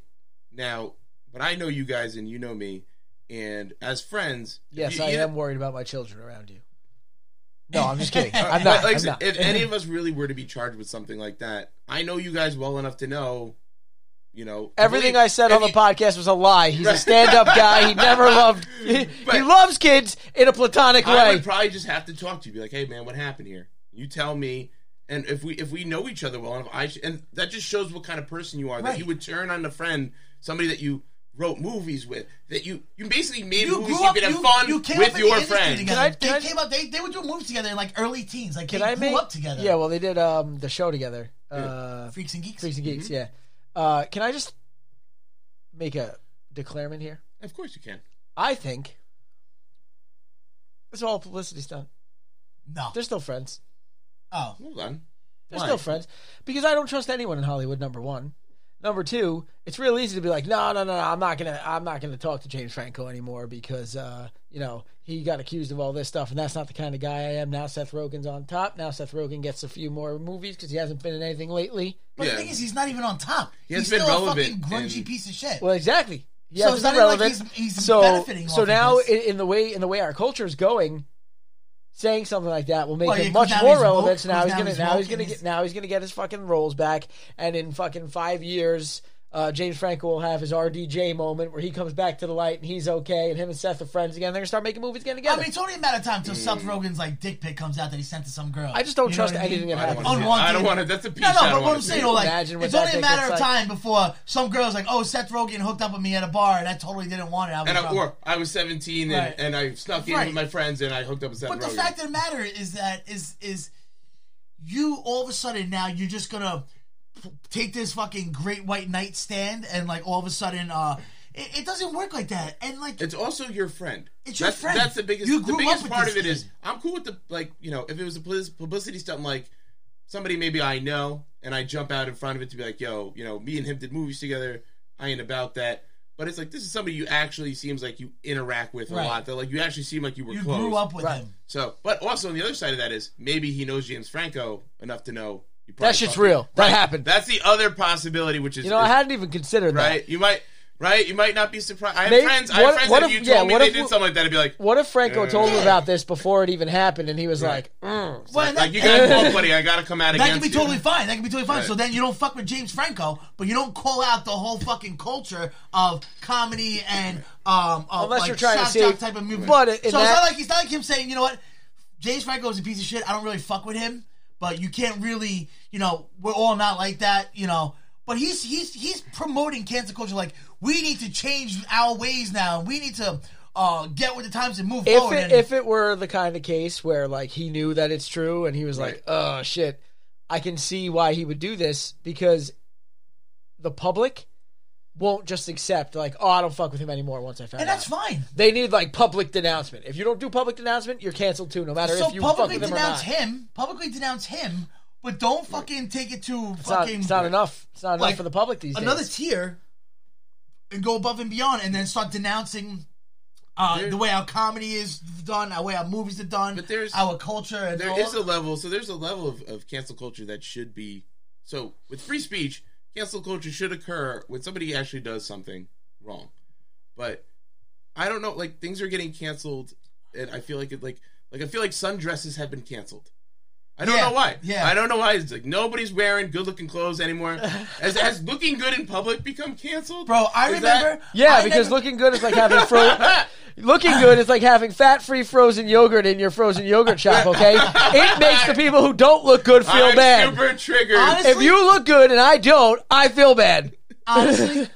D: Now, but I know you guys and you know me, and as friends, if
C: Yes,
D: you-
C: I
D: you-
C: am worried about my children around you. No, I'm just kidding.
D: But
C: I'm not.
D: like,
C: I'm not.
D: if any of us really were to be charged with something like that, I know you guys well enough to know You know,
C: Everything
D: believe-
C: I said on
D: and
C: the
D: he-
C: podcast was a lie. He's a stand-up guy. He never loved. He, he
D: But-
C: loves kids in a platonic
D: I
C: way.
D: would probably just have to talk to you, be like, "Hey, man, what happened here? You tell me." And if we if we know each other well enough, I sh- and that just shows what kind of person you are. That
B: Right.
D: you would turn on a friend, somebody that you wrote movies with, that you you basically made
B: You
D: movies
B: grew
D: you
B: up,
D: could have
B: you,
D: fun
B: you came
D: with
B: up in the
D: your
B: industry
D: friend.
B: Together.
C: Can I-
B: they
C: can I-
B: came up. They, they would do movies together in like early teens. Like
C: Can
B: they
C: I
B: grew
C: make?
B: up together.
C: Yeah, well, they did um, the show together. Uh,
B: freaks and geeks.
C: Freaks and
D: Mm-hmm.
C: Geeks. Yeah. Uh, can I just make a declarement here?
D: Of course you can.
C: I think it's all a publicity stunt.
B: No.
C: They're still friends.
B: Oh,
D: Hold on.
C: They're
D: Why?
C: still friends because I don't trust anyone in Hollywood. Number one, number two, it's real easy to be like, no, no, no, no, I'm not gonna, I'm not gonna talk to James Franco anymore because, uh, you know, he got accused of all this stuff, and that's not the kind of guy I am. Now Seth Rogen's on top. Now Seth Rogen gets a few more movies because he hasn't been in anything lately.
B: but
D: Yeah.
B: the thing is, he's not even on top.
D: He
B: he's
D: hasn't
B: still
D: been
B: a fucking
D: relevant
B: grungy
D: in-
B: piece of shit.
C: Well, exactly. Yeah,
B: So
C: it's
B: it's
C: not
B: not even like
C: relevant.
B: he's- he's
C: so,
B: benefiting
C: so
B: off of
C: now
B: this.
C: in, in the way in the way our culture is going, saying something like that will make
B: Well,
C: it
B: yeah, 'cause
C: much
B: now
C: more
B: he's woke,
C: relevant. So now
B: 'cause
C: he's
B: now
C: gonna
B: he's
C: now he's
B: woke
C: gonna
B: and
C: get
B: he's-
C: now he's gonna get his fucking roles back, and in fucking five years. Uh, James Franco will have his RDJ moment where he comes back to the light and he's okay, and him and Seth are friends again. They're gonna start making movies again
B: I
C: together.
B: mean, it's only a matter of time until Seth Rogen's like dick pic comes out that he sent to some girl.
C: I just don't
B: You know
C: trust
B: what I mean?
C: anything that
D: I don't
C: happens.
D: wanna see it.
B: Unwanted.
D: I don't want to. That's a piece.
B: No,
D: I
B: no,
D: don't
B: but what
D: wanna
B: I'm
D: see.
B: saying, though, like,
C: Imagine what
B: it's
C: that
B: only a
C: dick
B: matter of
C: looks like.
B: time before some girl's like, "Oh, Seth Rogen hooked up with me at a bar, and I totally didn't want it." I was
D: and I,
B: drunk."
D: or I was 17 and,
B: Right.
D: and I snuck in
B: Right.
D: with my friends and I hooked up with Seth
B: But the
D: Rogen.
B: fact of the matter is that is is you all of a sudden now you're just gonna p- take this fucking great white knight stand and like all of a sudden uh it, it doesn't work like that and like
D: It's also your friend.
B: It's your
D: that's,
B: friend.
D: That's the biggest.
B: You
D: the
B: grew up
D: biggest
B: with
D: part
B: this
D: of it is
B: kid.
D: I'm cool with the like. You know, if it was a publi- publicity stunt, like somebody maybe I know, and I jump out in front of it to be like, "Yo, you know, me and him did movies together. I ain't about that." But it's like this is somebody you actually seems like you interact with a
B: Right.
D: lot. That like you actually seem like you were
B: you
D: close.
B: grew up with him
D: So, but also on the other side of that is maybe he knows James Franco enough to know you probably
C: That shit's
D: fucking-
C: real. That happened.
D: That's the other possibility, which is
C: you know, I
D: is-
C: hadn't even considered that.
D: right? You might, right? You might not be surprised. I have
C: Maybe-
D: friends. I
C: what-
D: have friends
C: what
D: that if,
C: if-
D: you told
C: yeah,
D: me
C: what
D: they
C: if we-
D: did something like that, I'd be like,
C: What if Franco told him
B: Yeah.
C: about this before it even happened, and he was like, "Mm,
B: well, and
D: like
B: that-
D: you got caught, buddy. I gotta come out
B: that
D: against
B: can be
D: you.
B: totally fine. That can be totally fine.
D: Right.
B: So then you don't fuck with James Franco, but you don't call out the whole fucking culture of comedy and um of
C: Unless
B: like
C: you're trying to
B: shock jock
C: save-
B: type of movie.
C: But in
B: so it's
C: that-
B: not like it's not like him saying, you know what, James Franco is a piece of shit. I don't really fuck with him, but you can't really, you know, we're all not like that, you know. But he's he's he's promoting cancer culture. Like we need to change our ways now. and We need to uh get with the times and move
C: if
B: forward.
C: it,
B: and,
C: if it were the kind of case where like he knew that it's true and he was like,
D: Right.
C: "Oh shit," I can see why he would do this because the public won't just accept like, "Oh, I don't fuck with him anymore." Once I found
B: and
C: out,
B: that's fine.
C: they need like public denouncement. If you don't do public denouncement, you're canceled too, no matter
B: so
C: if you fuck
B: publicly
C: with him or
B: denounce
C: not.
B: him. Publicly denounce him, but don't fucking take it to
C: It's not,
B: fucking
C: it's not enough. It's not enough
B: Like,
C: for the public these
B: another
C: days.
B: tier and go above and beyond, and then start denouncing. Uh,
D: There-
B: the way our comedy is done, our way our movies are done,
D: But there's-
B: our culture, and
D: There
B: all-
D: is a level. So there's a level of, of cancel culture that should be. So with free speech, cancel culture should occur when somebody actually does something wrong. But I don't know. Like things are getting canceled, and I feel like it. Like like I feel like sundresses have been canceled. I don't
B: Yeah,
D: know why.
B: yeah.
D: I don't know why. It's like nobody's wearing good-looking clothes anymore. Has, has looking good in public become canceled?
B: bro. I
D: Is that-
B: remember,
C: Yeah,
B: I
C: because
B: never-
C: looking good is like having fro- looking good is like having fat-free frozen yogurt in your frozen yogurt shop. Okay, it makes the people who don't look good feel
D: I'm
C: bad.
D: super triggered.
B: Honestly-
C: If you look good and I don't, I feel bad.
B: honestly,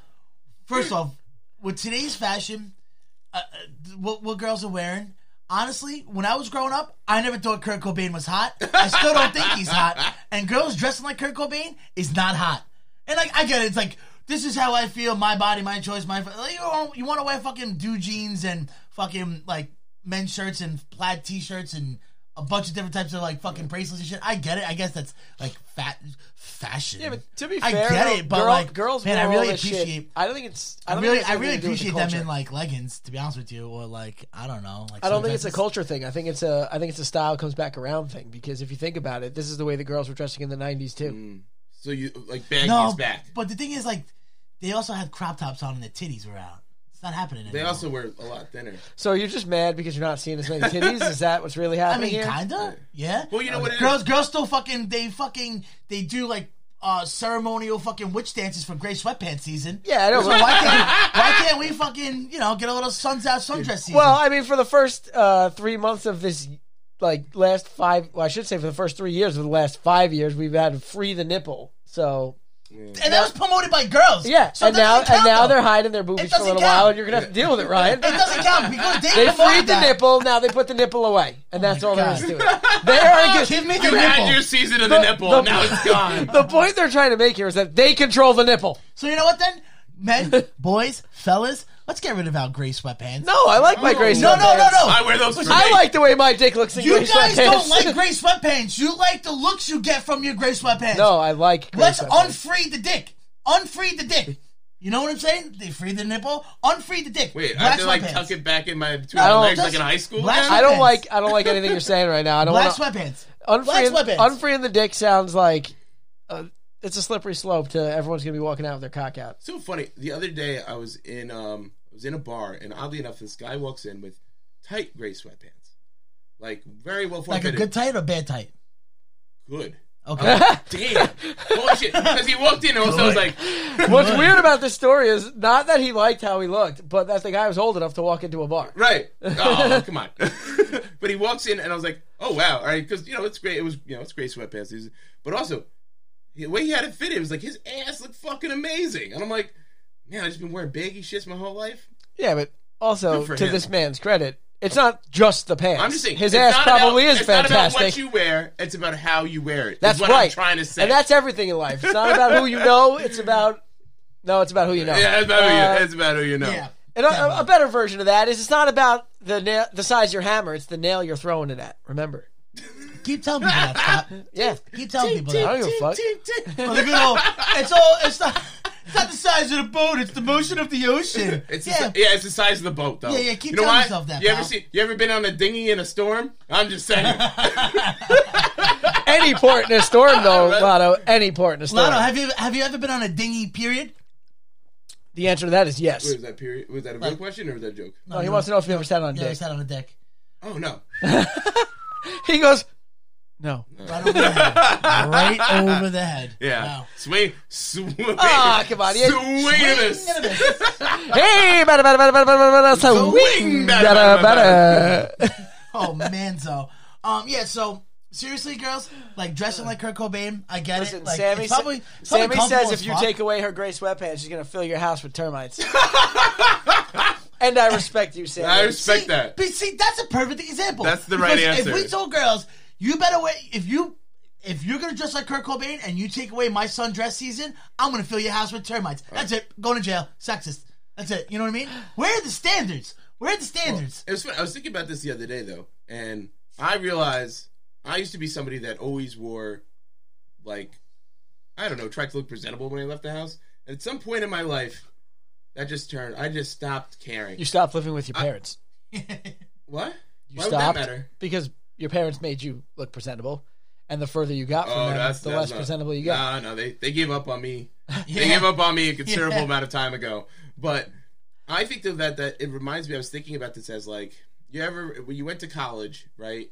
B: first off, with today's fashion, uh, uh, what what girls are wearing. Honestly, when I was growing up, I never thought Kurt Cobain was hot. I still don't think he's hot. And girls dressing like Kurt Cobain is not hot. And like I get it, it's like this is how I feel, my body, my choice, my like, you want you want to wear fucking do jeans and fucking like men's shirts and plaid t-shirts and a bunch of different types of like fucking bracelets and shit. I get it. I guess that's like fat fashion.
C: Yeah, but to be
B: I
C: fair,
B: get
C: though,
B: it, but
C: girl-
B: like
C: girls,
B: man,
C: wear
B: I really
C: all this shit.
B: appreciate.
C: I don't think it's. I
B: I
C: don't
B: really,
C: think it's
B: I really
C: anything to do with the
B: appreciate them
C: culture.
B: in like leggings, to be honest with you, or like I don't know. Like
C: I don't think it's a
B: sundresses.
C: culture thing. I think it's a. I think it's a style comes back around thing. Because if you think about it, this is the way the girls were dressing in the '90s too.
B: Mm.
D: so you like baggy's
B: No,
D: back.
B: but the thing is, like, they also had crop tops on and the titties were out. It's not happening
D: They
B: anymore.
D: also were a lot thinner.
C: So you're just mad because you're not seeing as many titties. is that what's really
B: I
C: happening
B: mean,
C: here?
B: kinda, yeah.
D: Well, you know what it is?
B: girls, girls still fucking. They fucking. They do like uh, ceremonial fucking witch dances for gray sweatpants season.
C: Yeah, I know.
B: So why can't why can't we fucking you know get a little suns out sundress season?
C: Well, I mean, for the first uh, three months of this, like last five, well, I should say for the first three years of the last five years, we've had free the nipple. So
B: and that was promoted by girls.
C: yeah,
B: so it
C: and now
B: doesn't count,
C: and now
B: though.
C: they're hiding their boobies for a
B: doesn't
C: little
B: count.
C: while, and you're gonna have to deal with it, Ryan.
B: It doesn't count because they,
C: They
B: promoted
C: freed the
B: that.
C: nipple. Now they put the nipple away, and that's all there is
B: Oh God.
C: to it. They are against-
B: Give me the
D: You
B: nipple.
D: had your season of the, nipple,
C: the-
D: now it's gone.
C: The point they're trying to make here is that they control the nipple.
B: So you know what then, men, boys, fellas, let's get rid of our gray sweatpants.
C: No, I like my gray.
B: no, no, no,
C: sweatpants.
B: no.
D: I wear those for
C: I
D: me.
C: like the way my dick looks in
B: You
C: gray
B: guys
C: sweatpants.
B: don't like gray sweatpants. You like the looks you get from your gray sweatpants.
C: no, I like. Gray
B: Let's
C: sweatpants.
B: unfree the dick. Unfree the dick. You know what I'm saying? They free the nipple. Unfree the dick.
D: Wait, I
B: Black
D: have to like
B: sweatpants.
D: tuck it back in my between
C: I
D: my
C: don't-
D: legs like in high school.
B: Black-
D: again?
C: I don't
B: sweatpants.
C: like. I don't like anything you're saying right now. I don't
B: Black
C: want
B: sweatpants. Black
C: unfree,
B: sweatpants.
C: unfree in the dick sounds like uh, it's a slippery slope to everyone's gonna be walking out with their cock out.
D: so funny. The other day I was in um I was in a bar and oddly enough this guy walks in with tight gray sweatpants. Like very well
B: like a
D: formatted.
B: good tight or bad tight?
D: good.
B: Okay.
D: Damn. Holy shit. Because he walked in and also I was like
C: What's weird about this story is not that he liked how he looked, but that the guy was old enough to walk into a bar.
D: Right. Oh, come on. but he walks in, and I was like, oh, wow. All right. Because, you know, it's great. It was, you know, it's great sweatpants. He's- But also, the way he had it fitted, it was like his ass looked fucking amazing. And I'm like, man, I've just been wearing baggy shits my whole life.
C: Yeah, but also
D: Good for
C: to
D: him.
C: this man's credit, it's not just the pants.
D: I'm just saying.
C: his
D: it's
C: ass
D: not
C: probably
D: about,
C: is
D: it's not about
C: fantastic.
D: what you wear, it's about how you wear it. is
C: that's
D: what
C: right.
D: I'm trying to say.
C: and that's everything in life. It's not about who you know. It's about no, it's about who you know.
D: yeah, it's about, who
C: Uh,
D: you, it's about who you know.
B: yeah.
C: And a, a better version of that is it's not about the nail, the size of your hammer; it's the nail you're throwing it at. Remember?
B: Keep telling people that, Scott.
C: Yeah.
B: Keep telling people
C: I
B: that.
C: don't give a fuck.
B: Well, the good old- it's all. It's not. It's not the size of the boat. It's the motion of the ocean.
D: It's
B: yeah.
D: yeah. The, si- yeah, it's the size of the boat, though.
B: Yeah, yeah, keep
D: you know
B: telling
D: why?
B: yourself that,
D: You ever
B: pal.
D: see? You ever been on a dinghy in a storm? I'm just saying.
C: Any port in a storm, though, Lotto. Any port in a storm.
B: Lotto, have you have you ever been on a dinghy? Period.
C: the answer to that is yes.
D: was that period? Was that a real question or was that a joke?
C: Oh, he wants to know if you ever sat on a
B: Yeah, I
C: dick.
B: sat on a deck.
D: Oh no.
C: He goes, "No."
B: Right over the head. right over the head.
D: Yeah.
B: Wow.
D: Swing. Swing.
C: Ah, come on, yeah.
D: Swing.
B: Look
D: Swing.
B: at this.
C: Hey, bada bada bada bada bada bada. So
D: Swing,
C: wing
D: bada,
C: bada
D: bada,
C: bada.
B: Oh man, so um, yeah, so. Seriously, girls, like dressing like Kurt Cobain, I get
C: Listen,
B: it. Like,
C: Sammy,
B: it's probably,
C: sa-
B: it's probably
C: Sammy
B: comfortable
C: says if
B: as
C: you
B: fuck.
C: take away her gray sweatpants, she's gonna fill your house with termites. and I respect you, Sammy.
D: I respect
B: see,
D: that.
B: But see, that's a perfect example.
D: That's the right
B: Because If
D: answer.
B: we told girls, you better wait. If you if you're gonna dress like Kurt Cobain and you take away my sun dress season, I'm gonna fill your house with termites. That's it. Going to jail. Sexist. That's it. You know what I mean? Where are the standards? Where are the standards?
D: It was funny. I was thinking about this the other day though, and I realized I used to be somebody that always wore, like, I don't know, tried to look presentable when I left the house. And at some point in my life, that just turned. I just stopped caring.
C: You stopped living with your parents.
D: what?
C: You
D: Why
C: stopped
D: would that matter?
C: because your parents made you look presentable, and the further you got from
D: Oh,
C: them,
D: that's
C: the
D: that's
C: less
D: not-
C: presentable you got.
D: No, no, they they gave up on me.
B: Yeah.
D: They gave up on me a considerable
B: Yeah.
D: amount of time ago. But I think of that that it reminds me. I was thinking about this as like you ever when you went to college, right?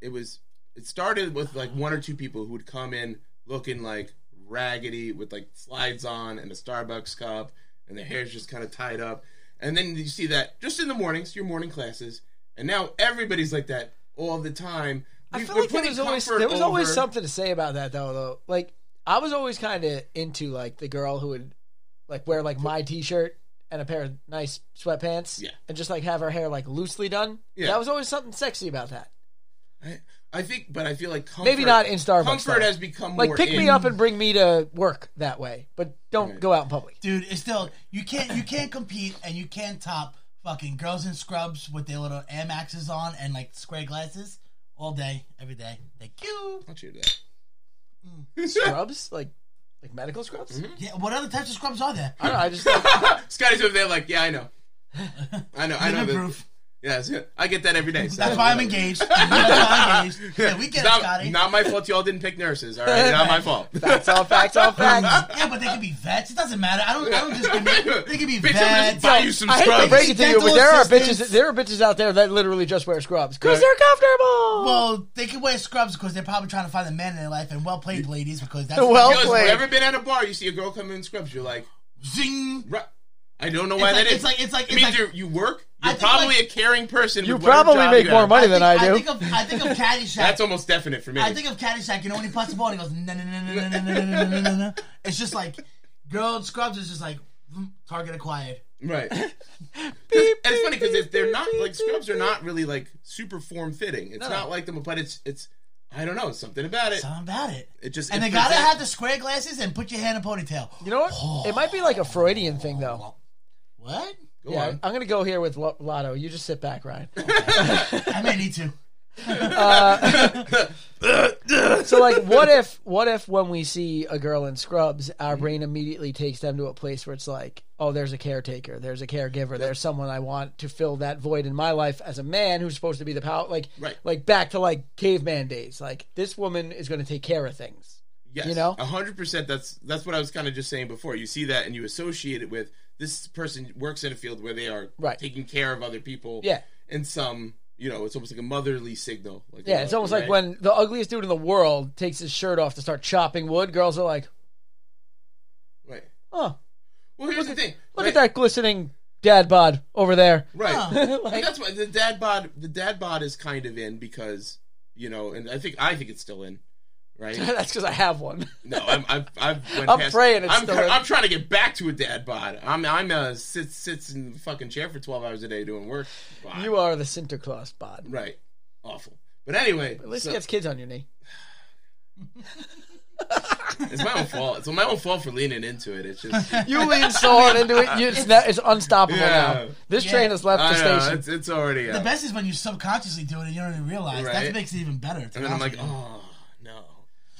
D: It was it started with like one or two people who would come in looking like raggedy with like slides on and a Starbucks cup and their hair's just kind of tied up. And then you see that just in the mornings, your morning classes, and now everybody's like that all the time.
C: I
D: We-
C: feel
D: we're
C: like there
D: putting
C: was always
D: comfort
C: there was always
D: over-
C: something to say about that though. Though, like I was always kind of into like the girl who would like wear like my t-shirt and a pair of nice sweatpants,
D: Yeah.
C: and just like have her hair like loosely done.
D: Yeah.
C: That was always something sexy about that.
D: I, I think, but I feel like comfort,
C: Maybe not in Starbucks,
D: Comfort
C: though.
D: has become
C: Like
D: more
C: pick me
D: in.
C: up and bring me to work that way, but don't go out in public.
B: Dude, it's still you can't you can't compete and you can't top fucking girls in scrubs with their little Amexes on and like square glasses all day, every day. Thank you.
D: I'll cheer that.
C: Scrubs, like like medical scrubs.
D: Mm-hmm.
B: Yeah, what other types of scrubs are there?
C: I don't know. I just
D: Scotty's over there, like, yeah, I know, I know, I know.
B: Living
D: that-
B: proof.
D: Yes, I get that every day. so-
B: That's why I'm engaged. That's why I'm engaged. Yeah, we get it,
D: not,
B: Scotty.
D: not my fault. Y'all didn't pick nurses. All right, not my fault.
C: Facts all facts all facts.
B: yeah, but they could be vets. It doesn't matter. I don't. I don't just. They could be
D: Bitch,
B: vets.
D: I'm just buy you some
C: I hate to
D: scrubs.
C: break it to you,
B: Dental
C: but there are bitches.
B: assistants.
C: There are bitches out there that literally just wear scrubs because
D: Right.
C: they're comfortable.
B: Well, they could wear scrubs because they're probably trying to find a man in their life. And well played, ladies, because that's
C: Well
D: Yo, have
C: played.
D: you ever been at a bar? You see a girl come in scrubs. You're like,
B: Zing.
D: "Ru- I don't know
B: It's
D: why
B: like,
D: that is.
B: it's like it's like
D: it
B: it's like.
D: means you're, you work.
B: I
D: You're
B: think,
D: probably
B: like-
D: a caring person.
C: you
D: with whatever
C: probably
D: job
C: make
D: you
C: more
D: have.
C: money
B: I
C: than I do.
B: think of I think of Caddyshack.
D: That's almost definite for me.
B: I think of Caddyshack, you know, when he puts the ball, and he goes, no, no, no, no, no, no, no, no, no, no. It's just like, girl in scrubs is just like, mm, target acquired.
D: Right. 'Cause- and it's funny because if they're not like scrubs are not really like super form fitting. It's not like them, but it's it's I don't know something about it.
B: Something about it.
D: It just
B: And
D: it
B: they gotta
D: presents-
B: have the square glasses and put your hand in ponytail.
C: You know what? It might be like a Freudian thing, though.
B: What?
D: Go
C: Yeah,
D: on.
C: I'm gonna go here with Lo- Lotto. You just sit back, Ryan.
B: I may need to.
C: So, like, what if, what if when we see a girl in scrubs, our
D: Mm-hmm.
C: brain immediately takes them to a place where it's like, oh, there's a caretaker, there's a caregiver, there's someone I want to fill that void in my life as a man who's supposed to be the power, like,
D: Right.
C: like back to like caveman days. Like, this woman is going to take care of things.
D: Yes,
C: you know?
D: hundred percent. That's that's what I was kind of just saying before. You see that and you associate it with this person works in a field where they are
C: Right.
D: taking care of other people.
C: Yeah.
D: and some you know it's almost like a motherly signal. Like,
C: Yeah, it's almost like
D: right?
C: when the ugliest dude in the world takes his shirt off to start chopping wood. Girls are like,
D: right.
C: oh,
D: Well, here's the thing.
C: look
D: right,
C: at that glistening dad bod over there.
D: Right.
C: Like-
D: and that's why the dad bod the dad bod is kind of in because you know, and I think I think it's still in, right?
C: That's because I have one.
D: No, I'm I've, I've went
C: I'm
D: past,
C: praying it's
D: I'm,
C: still in.
D: I'm trying to get back to a dad bod. I'm I'm a sits sits in the fucking chair for twelve hours a day doing work. bod.
C: You are the Sinterklaas bod.
D: right, awful. But anyway,
C: At least
D: so-
C: he gets kids on your knee.
D: it's my own fault. It's my own fault for leaning into it. It's just yeah,
C: You lean so hard into it, you, it's, ne- it's unstoppable
D: Yeah.
C: now. This
B: Yeah.
C: train has left the
D: I know,
C: station.
D: it's it's already
B: The
D: out.
B: best is when you subconsciously do it and you don't even realize. That's
D: Right.
B: That makes it even better. to
D: and
B: be
D: then I'm like,
B: honest with you.
D: oh no.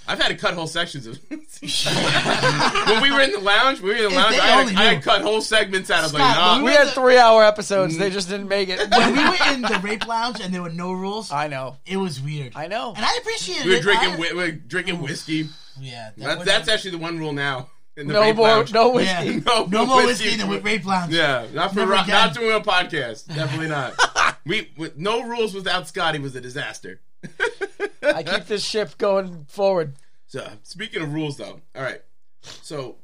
D: I've had to cut whole sections of. when we were in the lounge, we were in the lounge.
B: they
D: I had,
B: only
D: I had
B: knew.
D: cut whole segments out of like,
B: Scott,
D: nah,
B: when
C: we had three hour episodes,
D: Mm.
C: they just didn't make it.
B: When we were in the rape lounge and there were no rules,
C: I know.
B: it was weird.
C: I know.
B: And I appreciated
D: We were
B: it.
D: drinking,
B: I-
D: whi- we were drinking whiskey.
B: Yeah. Oh. that
D: That,
B: was-
D: that's actually the one rule now. In the
C: No
D: vape
C: more,
D: lounge.
C: no
B: yeah.
C: whiskey.
D: No
B: No, more
D: whiskey.
B: whiskey than with rape lounge.
D: Yeah, not for
B: Never
D: rock,
B: again.
D: not doing a podcast. Definitely not. we with no rules without Scotty was a disaster.
C: I keep this ship going forward.
D: So speaking of rules, though, all right. So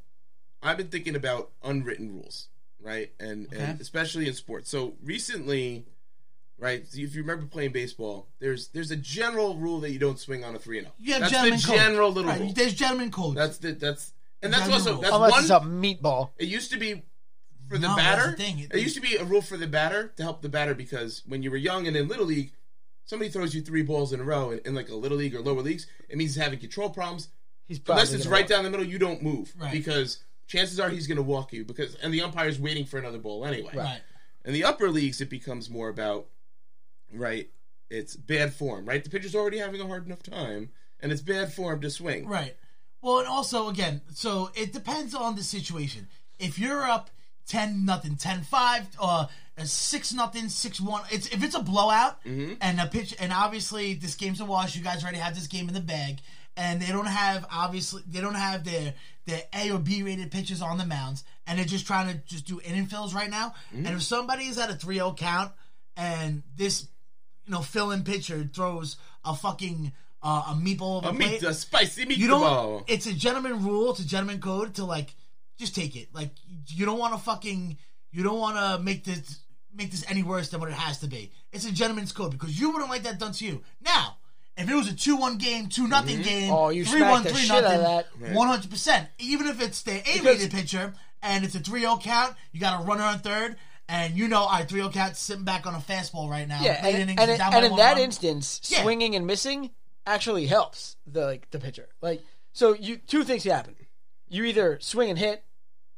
D: I've been thinking about unwritten rules, right, and and
B: Okay.
D: especially in sports. So recently, right, if you remember playing baseball, there's there's a general rule that you don't swing on a three and zero.
B: You have
D: That's the
B: gentlemen codes.
D: general little
B: Right,
D: rule.
B: There's gentlemen codes.
D: That's the that's and that's
B: General
D: also
B: rule.
D: that's
C: Unless
D: one.
C: it's a meatball.
D: It used to be for the
B: No, that's
D: batter.
B: the thing.
D: It,
B: It-
D: used to be a rule for the batter to help the batter because when you were young and in little league, somebody throws you three balls in a row in, in like a little league or lower leagues. It means he's having control problems.
C: He's probably
D: Unless it's
C: gonna
D: right
C: win.
D: down the middle, you don't move
B: Right.
D: because chances are he's going to walk you because and the umpire's waiting for another ball anyway.
B: right.
D: In the upper leagues, it becomes more about right. It's bad form, right? The pitcher's already having a hard enough time, and it's bad form to swing.
B: Right. Well, and also again, so it depends on the situation. If you're up ten nothing, 10-5, uh, six nothing, six one. It's if it's a blowout
D: Mm-hmm.
B: and a pitch, and obviously this game's a wash. You guys already have this game in the bag, and they don't have obviously they don't have their their A or B rated pitchers on the mounds, and they're just trying to just do infills right now.
D: Mm-hmm.
B: And if somebody is at a 3-0 count, and this you know fill-in pitcher throws a fucking uh, a meatball over
D: A
B: the
D: meat,
B: plate,
D: a spicy meatball.
B: you don't. It's a gentleman rule. It's a gentleman code to like just take it. Like you don't want to fucking. You don't want to make this make this any worse than what it has to be. It's a gentleman's code because you wouldn't like that done to you. Now, if it was a two-one game, two nothing game,
C: Oh, you smacked
B: three-one,
C: the
B: three
C: shit out of
B: nothing,
C: that.
B: one hundred percent. Even if it's the
C: Because-
B: eight-rated pitcher and it's a 3-0 count, you got a runner on third. And you know, our 3-0 count's oh sitting back on a fastball right now.
C: Yeah,
B: Late
C: and,
B: innings,
C: and,
B: he's down by
C: and in
B: one
C: that
B: run.
C: instance,
B: Yeah.
C: swinging and missing actually helps the like the pitcher. Like, so you two things happen: you either swing and hit,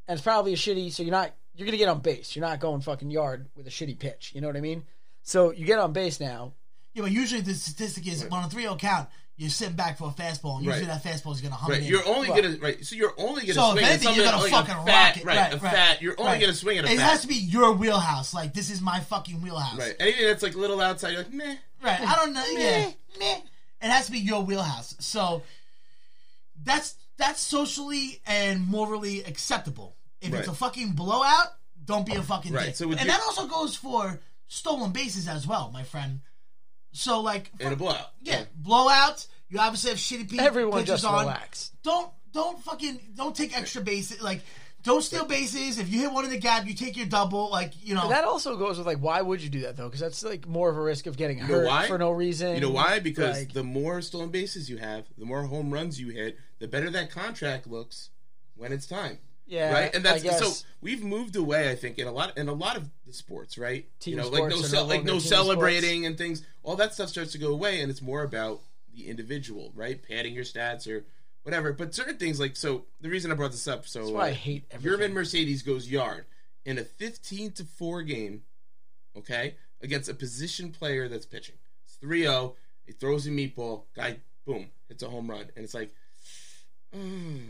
C: and it's probably a shitty, so you're not you're gonna get on base. You're not going fucking yard with a shitty pitch. You know what I mean? So you get on base now.
B: Yeah, but usually the statistic is on a 3 0 count, you're sitting back for a fastball, and usually that
D: Right.
B: fastball is going to hum
D: Right,
B: it in.
D: you're only gonna right. So you're only gonna
B: so if
D: swing at
B: anything, you're
D: something
B: gonna
D: like
B: fucking
D: a
B: rock
D: fat,
B: it,
D: right?
B: right?
D: a
B: right,
D: fat. You're only
B: right.
D: gonna swing at a
B: It
D: fat.
B: has to be your wheelhouse. Like this is my fucking wheelhouse.
D: right. Anything that's like little outside, you're like meh.
B: Right. I don't know. Yeah. Meh. It has to be your wheelhouse. So that's that's socially and morally acceptable. If
D: Right.
B: it's a fucking blowout, don't be a fucking
D: Right,
B: dick.
D: so would
B: and
D: you-
B: that also goes for stolen bases as well, my friend. So like
D: In a blowout.
B: yeah, blowouts, you obviously have shitty people
C: Everyone
B: pitchers
C: just
B: on.
C: relax.
B: Don't don't fucking don't take extra bases like don't steal bases. If you hit one in the gap, you take your double. Like you know,
C: And that also goes with like, why would you do that though? Because that's like more of a risk of getting
D: know
C: hurt
D: why?
C: for no reason.
D: You know why? Because
C: Like-
D: the more stolen bases you have, the more home runs you hit, the better that contract looks when it's time.
C: Yeah,
D: Right? And
C: I
D: that's
C: guess.
D: so we've moved away, I think, in a lot in a lot of the sports, right?
C: Team
D: you know, like
C: sports
D: no
C: are
D: cel-
C: no
D: like
C: longer
D: no
C: team
D: celebrating and things. All that stuff starts to go away and it's more about the individual, right? Padding your stats or whatever. But certain things like so the reason I brought this up, so
C: That's why I
D: uh,
C: hate everything.
D: Yerman Mercedes goes yard in a 15 to 4 game, okay, against a position player that's pitching. It's 3 0. He throws a meatball. Guy, boom, hits a home run. And it's like, mm.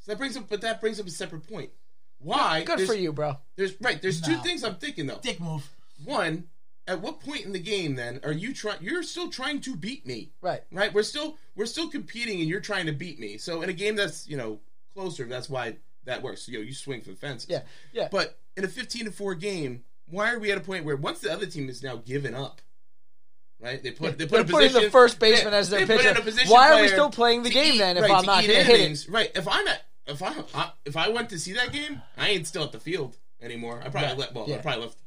D: so that brings up, but that brings up a separate point. Why?
C: Good
D: there's,
C: for you, bro.
D: There's right. There's two
B: No.
D: things I'm thinking though.
B: dick move.
D: One, at what point in the game then are you trying? You're still trying to beat me
C: Right.
D: right we're still we're still competing and you're trying to beat me so in a game that's you know closer that's why that works you know you swing for the fences
C: Yeah. Yeah.
D: but in a 15 to 4 game why are we at a point where once the other team is now given up right they put they put
C: They're
D: a
C: putting
D: position,
C: the first baseman
D: yeah,
C: as
D: they
C: their
D: put in
C: pitcher.
D: a position
C: Why are we
D: player
C: still playing the
D: to
C: game
D: eat-
C: then if
D: right,
C: I'm
D: to
C: not
D: eat
C: going to hit it?
D: innings. right if i'm at if i I- if i went to see that game i ain't still at the field anymore i probably left well
C: Yeah.
D: i probably left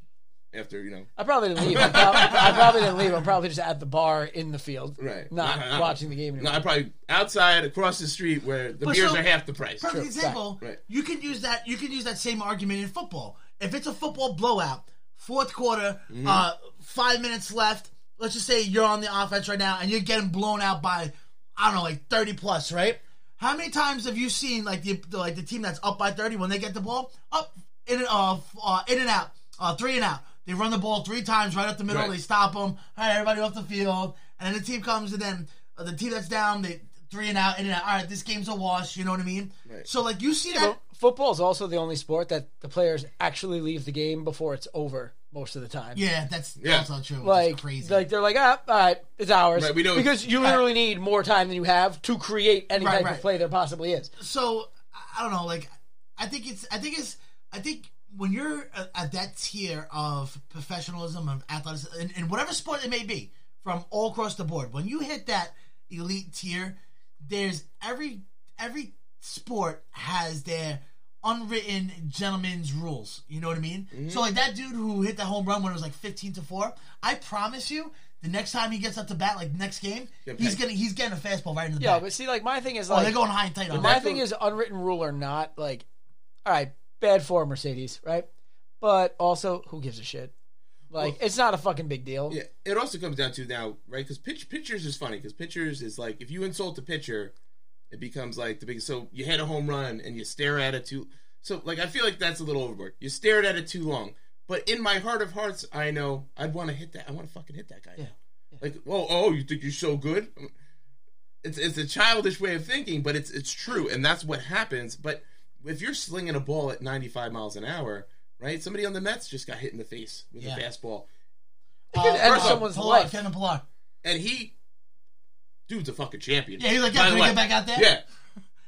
D: after you know
C: I probably didn't leave. I probably, I probably didn't leave. I'm probably just at the bar in the field,
D: Right.
C: Not
D: Nah, nah.
C: watching the game
D: no,
C: anymore.
D: i probably outside across the street where the
B: But
D: beers
B: so-
D: are half the price
B: Perfect example.
D: Right.
B: You can use that. You can use that same argument in football. If it's a football blowout, fourth quarter,
D: Mm-hmm.
B: uh, five minutes left. Let's just say you're on the offense right now, and you're getting blown out by, I don't know, like thirty plus, right? How many times have you seen like the the- like the team that's up by thirty when they get the ball up in and uh, f- uh, in and out, uh, three and out? They run the ball three times right up the middle.
D: Right.
B: They stop them. All right, everybody off the field, and then the team comes, and then uh, the team that's down, they three and out, in and out. All right, this game's a wash. You know what I mean?
D: Right.
B: So like you see that
C: But Football is also the only sport that the players actually leave the game before it's over most of the time.
B: Yeah, that's
D: Yeah.
B: also true.
C: Like,
B: Like crazy.
C: like they're like, ah, all right, it's ours.
D: Right, we know-
C: because you literally need more time than you have to create any
B: Right,
C: type
B: right.
C: of play there possibly is.
B: so I- I don't know. Like I think it's I think it's I think when you're a- at that tier of professionalism of athleticism in, in whatever sport it may be from all across the board, when you hit that elite tier, there's every every sport has their unwritten gentleman's rules. You know what I mean? So like that dude who hit that home run when it was like 15 to 4, I promise you the next time he gets up to bat like next game, he's
D: paid.
B: gonna he's getting a fastball right in the
C: Yeah,
B: back.
C: but see, like my thing is
B: Oh,
C: like
B: they're going high and tight on
C: My
B: that.
C: thing is unwritten rule or not, like, all right, bad for Mercedes, right? But also, who gives a shit? Like, it's not a fucking big deal.
D: Yeah, it also comes down to now, right? Because pitch pitchers is funny because pitchers is like if you insult a pitcher, it becomes like the biggest. So you hit a home run and you stare at it too. So like I feel like that's a little overboard. You stared at it too long. But in my heart of hearts, I know I'd want to hit that. I want to fucking hit that guy. now. Like oh oh, you think you're so good? It's it's a childish way of thinking, but it's it's true, and that's what happens. But if you're slinging a ball at 95 miles an hour, right? Somebody on the Mets just got hit in the face with
B: Yeah.
D: a fastball.
B: Uh,
C: could end
B: Pilar,
C: someone's
B: Pilar,
C: life.
B: Kevin Pilar.
D: and he, dude's a fucking champion.
B: Yeah, he's like,
D: By
B: yeah,
D: the
B: can we
D: way.
B: get back out there?
D: Yeah,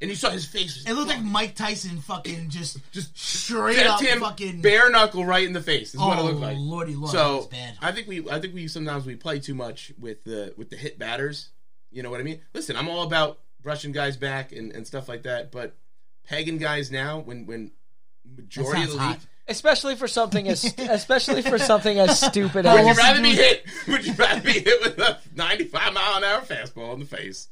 D: and you saw his face.
B: It looked like Mike Tyson fucking just
D: Just
B: straight
D: Decked
B: up
D: him
B: fucking
D: bare knuckle right in the face. Is what it
B: Oh,
D: looked like.
B: lordy lord, that was
D: so
B: bad.
D: I think we, I think we sometimes we play too much with the with the hit batters. You know what I mean? Listen, I'm all about brushing guys back and, and stuff like that, but pegging guys now when when majority of
B: sounds
D: the
B: hot.
D: league.
C: Especially for something as especially for something as stupid as
D: Would you rather be hit? Would you rather be hit with a 95 mile an hour fastball in the face,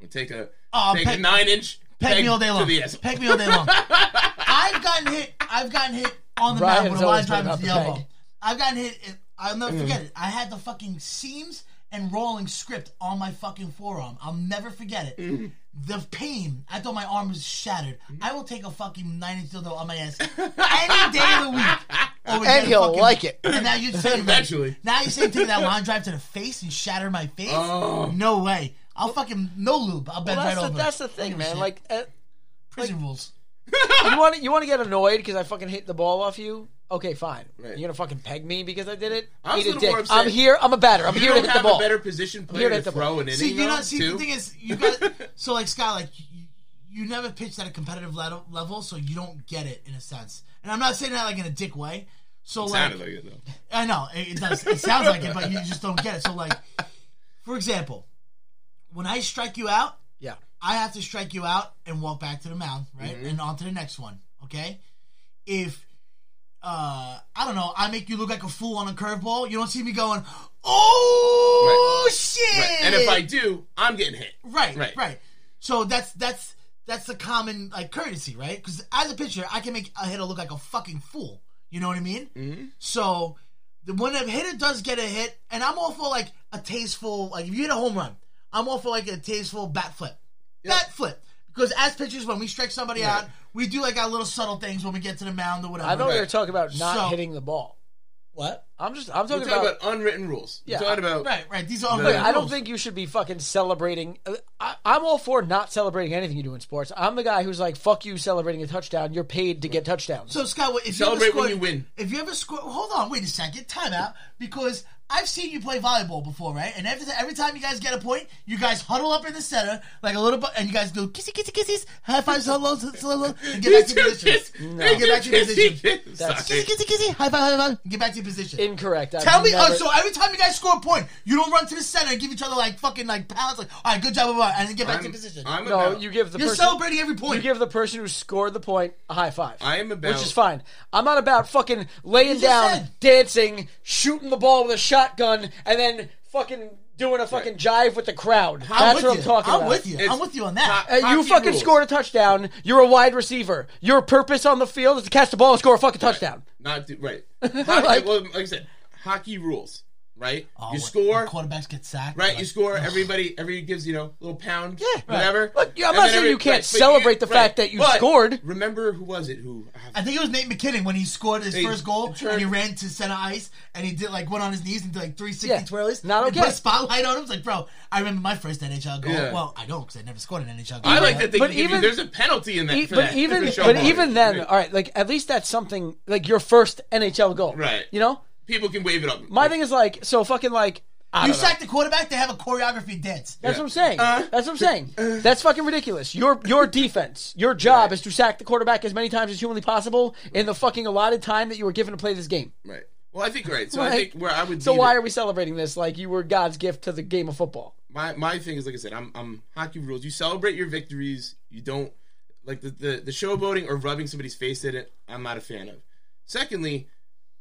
D: or take a
B: Oh,
D: take
B: peg-
D: a nine inch
B: peg me all day
D: to
B: long.
D: the asshole?
B: Peg me all day long. I've gotten hit. I've gotten hit on the
C: Ryan's
B: mound with a line
C: always
B: drive
C: been
B: into the
C: about the
B: elbow.
C: peg. Mm.
B: I've gotten hit. and I'll never forget it. I had the fucking seams and rolling script on my fucking forearm. I'll never forget it.
C: Mm.
B: The pain. I thought my arm was shattered. I will take a fucking nine inch dildo on my ass any day of the week. over
C: And
B: getting
C: he'll
B: fucking-
C: like it.
B: And now you're saying
D: Eventually.
B: now you're saying take that line drive to the face and shatter my face?
D: Oh.
B: No way. I'll fucking no lube. I'll bend
C: Well, that's,
B: right
C: the,
B: over.
C: that's the
B: Don't give
C: thing,
B: a
C: man.
B: shit.
C: Like, uh,
B: prison rules.
C: you want to you want to get annoyed because I fucking hit the ball off you? Okay, fine.
D: Right.
C: You're gonna fucking peg me because I did it.
D: I was a
C: Eat a
D: little
C: dick.
D: more upset.
C: I'm here. I'm a batter. I'm
D: You
C: here to
D: don't
C: hit the
D: have
C: ball.
D: a better position
C: here
D: player
C: to
D: to
C: hit the ball.
D: throw an inning.
B: See, you know,
D: on,
B: see,
D: too?
B: the thing is, you got so like Scott, like you, you never pitched at a competitive level, level, so you don't get it in a sense. And I'm not saying that like in a dick way. So like,
D: Sounded like it though.
B: I know it, it does. It sounds like it, but you just don't get it. So like, for example, when I strike you out,
C: yeah.
B: I have to strike you out and walk back to the mound, right?
D: Mm-hmm.
B: And on to the next one, okay? If uh I don't know, I make you look like a fool on a curveball, you don't see me going, "Oh shit."
D: Right. And if I do, I'm getting hit.
B: right,
D: right.
B: right. So that's that's that's the common like courtesy, right? Cuz as a pitcher, I can make a hitter look like a fucking fool. You know what I mean? Mm-hmm. So the- when a hitter does get a hit, and I'm all for like a tasteful, like if you hit a home run, I'm all for like a tasteful bat flip bat flip. Because as pitchers, when we strike somebody out, we do like our little subtle things when we get to the mound or whatever.
C: I know
D: Right.
C: you're talking about not
B: So-
C: hitting the ball.
B: what.
C: I'm just I'm
D: We're
C: talking,
D: talking
C: about.
D: about, unwritten rules.
C: Yeah.
D: We're talking about
B: Right, right. These are
D: No.
B: unwritten
D: Wait,
C: I don't
B: uh, rules.
C: think you should be fucking celebrating. uh, I, I'm all for not celebrating anything you do in sports. I'm the guy who's like, fuck you, celebrating a touchdown. You're paid to get touchdowns.
B: So Scott, if
D: Celebrate
B: you ever scored,
D: when you win.
B: If you ever score, hold on, wait a second, time out. Because I've seen you play volleyball before, right? And every, every time you guys get a point, you guys huddle up in the center like a little, bu- and you guys do kissy kissy kissies, high fives, hellos, hellos, and get back to your position.
D: They
B: Get back to your position.
C: That's-
B: Kissy kissy kissy, high five, high five, and get back to your position.
C: Incorrect. I've
B: Tell me,
C: never-
B: oh, so every time you guys score a point, you don't run to the center and give each other like fucking like pounds, like, all right, good job, blah, blah, blah, and then get back to your position.
D: I'm
C: no,
D: about,
C: you give the
B: You're
C: person,
B: celebrating every point.
C: you give the person who scored the point a high five.
D: I am about-
C: which is fine. I'm not about fucking laying
B: just
C: down,
B: said.
C: dancing, shooting the ball with a shotgun, and then fucking doing a fucking jive with the crowd.
B: I'm
C: That's
B: with
C: what
B: you.
C: I'm talking
B: I'm
C: about.
B: with you.
D: It's
B: I'm with you on that.
D: top-
C: Hey, you
D: Hockey
C: fucking
D: rules.
C: scored a touchdown. You're a wide receiver. Your purpose on the field is to catch the ball and score a fucking touchdown.
D: not do, right. Hockey,
C: Like-
D: well, like I said, hockey rules. Right,
B: Oh, when-
D: you score.
B: when quarterbacks get sacked.
D: Right,
B: like,
D: you score. Everybody, every gives you know little pound,
C: Yeah, right.
D: whatever.
C: Look, yeah, I'm
D: And
C: not
D: then
C: saying
D: every-
C: you can't
D: right, but you-
C: celebrate the
D: right,
C: fact that you
D: but
C: scored.
D: Remember who was it? Who
B: I think it was Nate McKinnon when he scored his
D: Hey,
B: first goal
D: turn-
B: and he ran to center ice and he did like went on his knees and did like 360
C: Yeah,
B: twirlies.
C: not
B: and
C: okay.
B: Put a spotlight on him. It's like, bro, I remember my first NHL goal.
D: Yeah.
B: Well, I don't because I never scored an NHL goal.
D: I like that they
C: But
D: can give you-
C: even-
D: there's a penalty in that.
C: E-
D: for
C: but
D: that.
C: even
D: For show
C: but
D: bonus.
C: even then,
D: Right.
C: all right, like at least that's something like your first NHL goal,
D: Right.
C: You know,
D: people can wave it up.
C: my thing is like so fucking like I
B: You
C: don't know.
B: sack the quarterback, they have a choreography dance.
D: Yeah. Uh,
C: That's what I'm saying. That's what I'm saying. That's fucking ridiculous. Your your defense, your job is to sack the quarterback as many times as humanly possible in the fucking allotted time that you were given to play this game.
D: right. Well, I think right. So I
C: Like,
D: think where I would.
C: So
D: leave
C: why
D: it-
C: are we celebrating this like you were God's gift to the game of football?
D: my my thing is like I said, I'm I'm hockey rules. You celebrate your victories. You don't like the the, the showboating or rubbing somebody's face in it. I'm not a fan of. Secondly,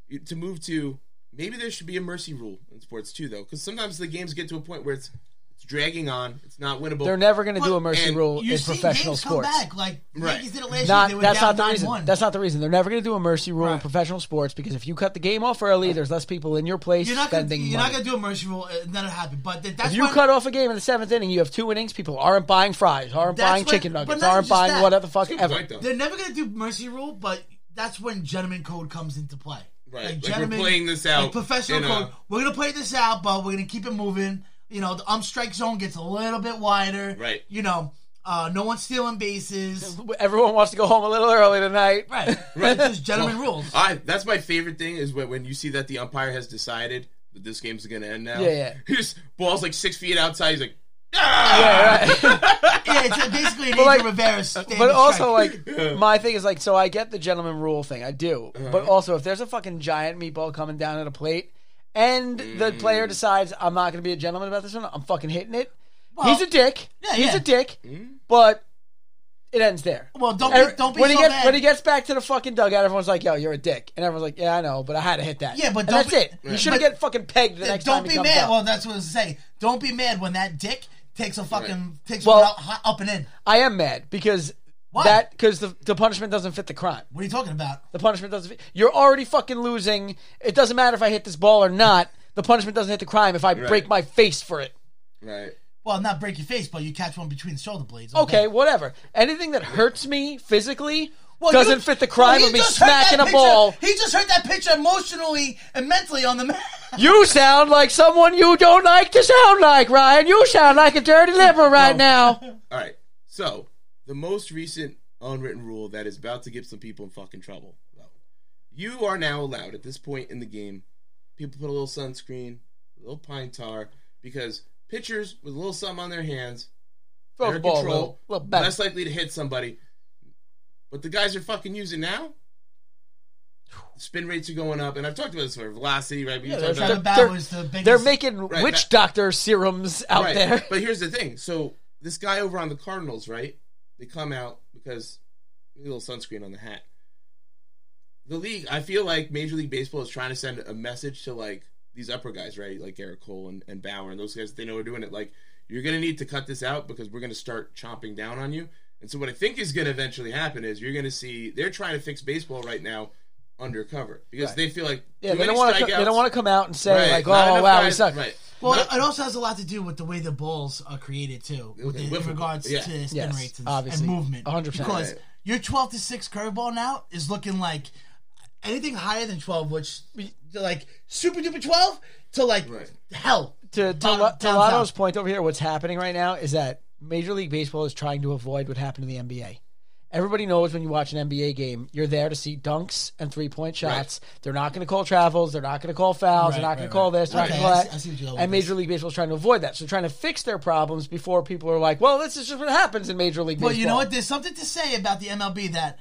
D: you- to move to maybe there should be a mercy rule in sports too, though, because sometimes the games get to a point where it's it's dragging on. It's not winnable.
C: They're never going to do
B: Well,
C: a mercy
D: and
C: rule
B: You
C: in
B: see
C: professional
B: games
C: sports.
B: come back. Like the
D: Right.
B: Yankees did it last year.
C: Not,
B: They were
C: that's
B: down
C: not the reason.
B: 9-1.
C: That's not the reason. They're never going to do a mercy rule in
B: Right.
C: professional sports because if you cut the game off early, there's less people in your place
B: You're not gonna,
C: spending
B: you're
C: money.
B: not gonna do a mercy rule. uh, That'll happen. But that- that's
C: if you
B: when-
C: cut off a game in the seventh inning, you have two innings. People aren't buying fries, aren't
B: That's
C: buying
B: what-
C: chicken
B: but
C: nuggets,
B: not
C: aren't
B: just
C: buying
B: that.
C: whatever the fuck
D: Good
C: ever.
D: point, though.
B: They're never gonna do mercy rule, but that's when gentleman code comes into play.
D: Right, like we're playing this out
B: professional
D: in a-
B: code. We're gonna play this out, but we're gonna keep it moving. You know, the um strike zone gets a little bit wider.
D: Right.
B: You know, uh, no one's stealing bases.
C: Everyone wants to go home a little early tonight.
B: Right. Right. Just gentleman rules.
D: I that's my favorite thing is when, when you see that the umpire has decided that this game's gonna end now.
C: Yeah, yeah.
D: He just balls like six feet outside. He's like,
C: Yeah, right.
B: yeah, it's basically an
C: like-
B: Angel Rivera standing
C: but also,
B: strike.
C: like, my thing is like, so I get the gentleman rule thing, I do.
B: Uh-huh.
C: But also, if there's a fucking giant meatball coming down at a plate, and the
B: Mm.
C: player decides I'm not going to be a gentleman about this one, I'm fucking hitting it. he's a dick.
B: yeah,
C: he's
B: yeah. Mm.
C: a dick. But it ends there.
B: well, don't
C: Every-
B: be, don't be
C: when
B: so
C: he gets
B: mad.
C: when he gets back to the fucking dugout, everyone's like, "Yo, you're a dick," and everyone's like, "Yeah, I know, but I had to hit that."
B: Yeah, but
C: And
B: don't
C: that's
B: be-
C: it. You
B: Right.
C: shouldn't
B: But-
C: get fucking pegged the
B: Yeah,
C: next time.
B: don't
C: he
B: be
C: comes
B: mad.
C: up.
B: Well, that's what I was saying. Don't be mad when that dick takes a fucking takes
C: Well-
B: one out, hi- up and in.
C: I am mad because
B: Why?
C: that because the, the punishment doesn't fit the crime.
B: What are you talking about?
C: The punishment doesn't. fit. You're already fucking losing. It doesn't matter if I hit this ball or not. The punishment doesn't hit the crime if I break my face for it.
D: right.
B: Well, not break your face, but you catch one between the shoulder blades.
C: Okay, whatever. Anything that hurts me physically,
B: Well,
C: doesn't fit the crime
B: he
C: of me
B: just hurt that
C: smacking a
B: picture-
C: ball.
B: He just hurt that picture emotionally and mentally on the man.
C: You sound like someone you don't like to sound like, Ryan. You sound like a dirty liberal right now.
D: All right. So the most recent unwritten rule that is about to get some people in fucking trouble. You are now allowed at this point in the game. People put a little sunscreen, a little pine tar, because pitchers with a little something on their hands,
C: Throw
D: they're
C: the
D: in
C: ball a
D: control,
C: little, little better.
D: less likely to hit somebody. But the guys are fucking using now. Spin rates are going up, and I've talked about this before. Velocity, right? We
C: Yeah,
D: talked
C: they're-
D: about
B: The
C: they're-
B: bat was the biggest.
C: They're making
D: Right,
C: witch
D: that-
C: doctor serums out
D: right.
C: there.
D: But here's the thing. So this guy over on the Cardinals, right? They come out because a little sunscreen on the hat. The league, I feel like Major League Baseball is trying to send a message to like these upper guys, right? Like Eric Cole and, and Bauer and those guys they know are doing it. Like, you're gonna need to cut this out because we're gonna start chomping down on you. And so what I think is gonna eventually happen is you're gonna see they're trying to fix baseball right now undercover. Because they feel like
C: Yeah, they don't want to. They don't want to come out and say like, "Oh wow, we suck."
B: Well, it also has a lot to do with the way the balls are created too, with
D: Okay,
B: the, in
D: wiffle
B: regards
D: ball, yeah.
B: to spin
C: Yes,
B: rates and,
C: obviously.
B: and movement.
C: 100%.
B: Because
D: Right.
B: your twelve to six curveball now is looking like anything higher than twelve, which like super duper twelve to like
D: Right.
B: hell.
C: To to,
B: Bottom-
C: Lo- to
B: down
C: Lotto's
B: south.
C: point over here, what's happening right now is that Major League Baseball is trying to avoid what happened to the NBA. Everybody knows when you watch an NBA game, you're there to see dunks and three point shots. They're not going to call travels. They're not going to call fouls. they're
B: Right,
C: not
B: right,
C: going to call
B: right.
C: this. They're
B: Okay,
C: not
B: I
C: going to
B: see-
C: call
B: I see what you're
C: that.
B: going
C: And
B: with this.
C: Major League Baseball is trying to avoid that. So trying to fix their problems before people are like, well, this is just what happens in Major League
B: Well,
C: Baseball.
B: you know what? There's something to say about the MLB that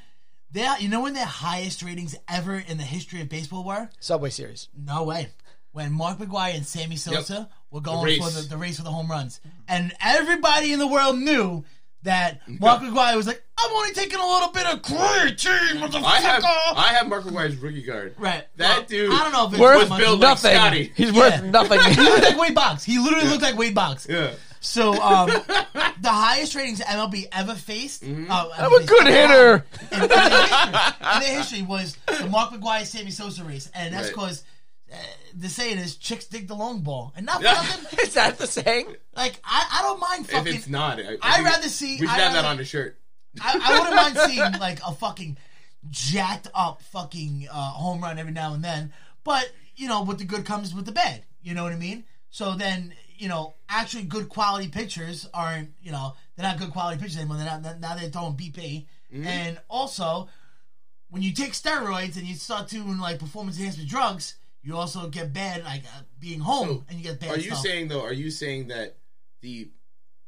B: they, you know, when their highest ratings ever in the history of baseball were.
C: Subway Series.
B: No way. When Mark McGuire and Sammy Sosa were going
D: race.
B: for the, the race for the home runs, and everybody in the world knew that Mark McGuire was like, "I'm only taking a little bit of creatine, motherfucker."
D: I have I have Mark McGuire's rookie guard.
B: right.
D: That
B: Well,
D: dude.
B: I don't know if it's
C: Worth
B: that much.
D: built like
C: nothing.
D: Scotty.
C: He's
B: Yeah.
C: worth nothing.
B: he looked like Wade Box. He literally looked like Wade Box.
D: Yeah.
B: So um, the highest ratings MLB ever faced.
D: Mm-hmm.
B: uh,
C: I'm a good hitter.
B: in, in their history, in their history was the Mark McGuire Sammy Sosa race, and that's
D: Right.
B: because uh, the saying is chicks dig the long ball, and not
D: Yeah.
B: nothing.
C: is that the saying?
B: Like I, I don't mind
D: If
B: fucking.
D: it's not, I,
B: I'd
D: think
B: rather see-
D: We should
B: I'd
D: have that
B: rather-
D: on the shirt.
B: I, I wouldn't mind seeing like a fucking jacked up fucking uh, home run every now and then, but you know, with the good comes with the bad. You know what I mean? So then, you know, actually good quality pitchers aren't. You know, they're not good quality pitchers anymore. They're not now they're throwing BP,
D: Mm-hmm.
B: and also when you take steroids and you start doing like performance enhancement drugs. You also get bad, like uh, being home,
D: So,
B: and you get bad.
D: Are you
B: stuff.
D: saying though? Are you saying that the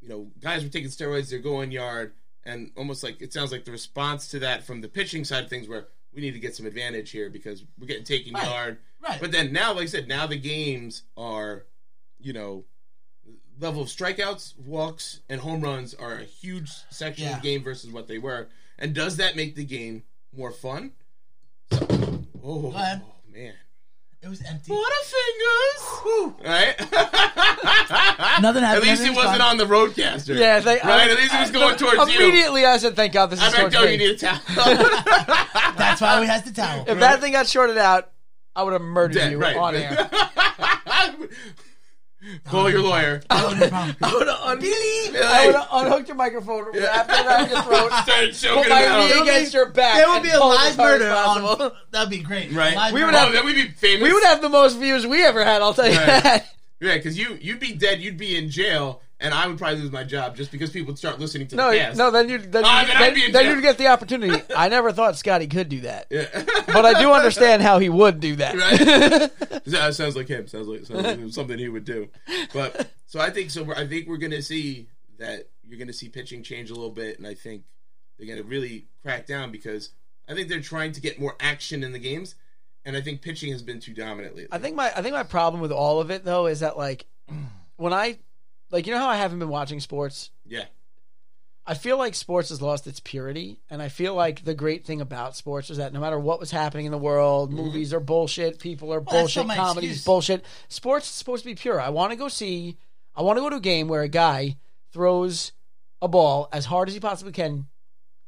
D: you know guys were taking steroids? They're going yard, and almost like it sounds like the response to that from the pitching side of things, where we need to get some advantage here because we're getting taken
B: Right.
D: yard.
B: Right.
D: But then now, like I said, now the games are, you know, level of strikeouts, walks, and home runs are a huge section of
B: Yeah.
D: the game versus what they were. And does that make the game more fun? So, oh,
B: ahead.
D: oh, man.
B: it was empty?
D: What a fingers! Right?
B: Nothing
D: At
B: happened.
D: least it
B: Everything's
D: wasn't
B: fine.
D: on the roadcaster.
C: Yeah, they,
D: right? At least it was going towards you.
C: Immediately, I said, "Thank God this
D: I
C: is
D: bet
C: towards
D: though you
C: me."
D: need a towel.
B: That's why we had the towel.
C: if that thing got shorted out, I would have murdered
D: Dead,
C: you
D: right.
C: on air.
D: Call your lawyer.
B: Oh, no problem.
C: I would have un-
B: Billy,
C: I would have unhooked your microphone, wrapped it around your throat,
D: Started choking him
C: put my
D: out.
C: knee against your back.
B: There would be
C: and
B: a
C: pull
B: live
C: as hard as
B: murder on.
C: possible.
B: That'd be great.
D: Right.
B: Live
D: We
C: would
B: murder.
D: Oh, then we'd be famous.
C: We would have the most views we ever had. I'll tell you
D: Right.
C: that.
D: Yeah, because you you'd be dead. You'd be in jail, and I would probably lose my job just because people would start listening to
C: No,
D: the cast.
C: no. Then you, then,
D: Ah,
C: you,
D: then I'd be
C: then,
D: in
C: then
D: jail.
C: you'd get the opportunity. I never thought Scotty could do that, but I do understand how he would do that.
D: Right? that sounds like him. Sounds like, sounds like something he would do. But so I think so. We're, I think we're gonna see that you're gonna see pitching change a little bit, and I think they're gonna really crack down because I think they're trying to get more action in the games, and I think pitching has been too dominant lately.
C: I think my I think my problem with all of it though is that like when I like you know how I haven't been watching sports
D: yeah,
C: I feel like sports has lost its purity, and I feel like the great thing about sports is that no matter what was happening in the world, movies are bullshit, people are
B: Mm-hmm. that's not
C: bullshit,
B: my
C: comedies
B: excuse.
C: bullshit. Sports is supposed to be pure. I want to go see, I want to go to a game where a guy throws a ball as hard as he possibly can,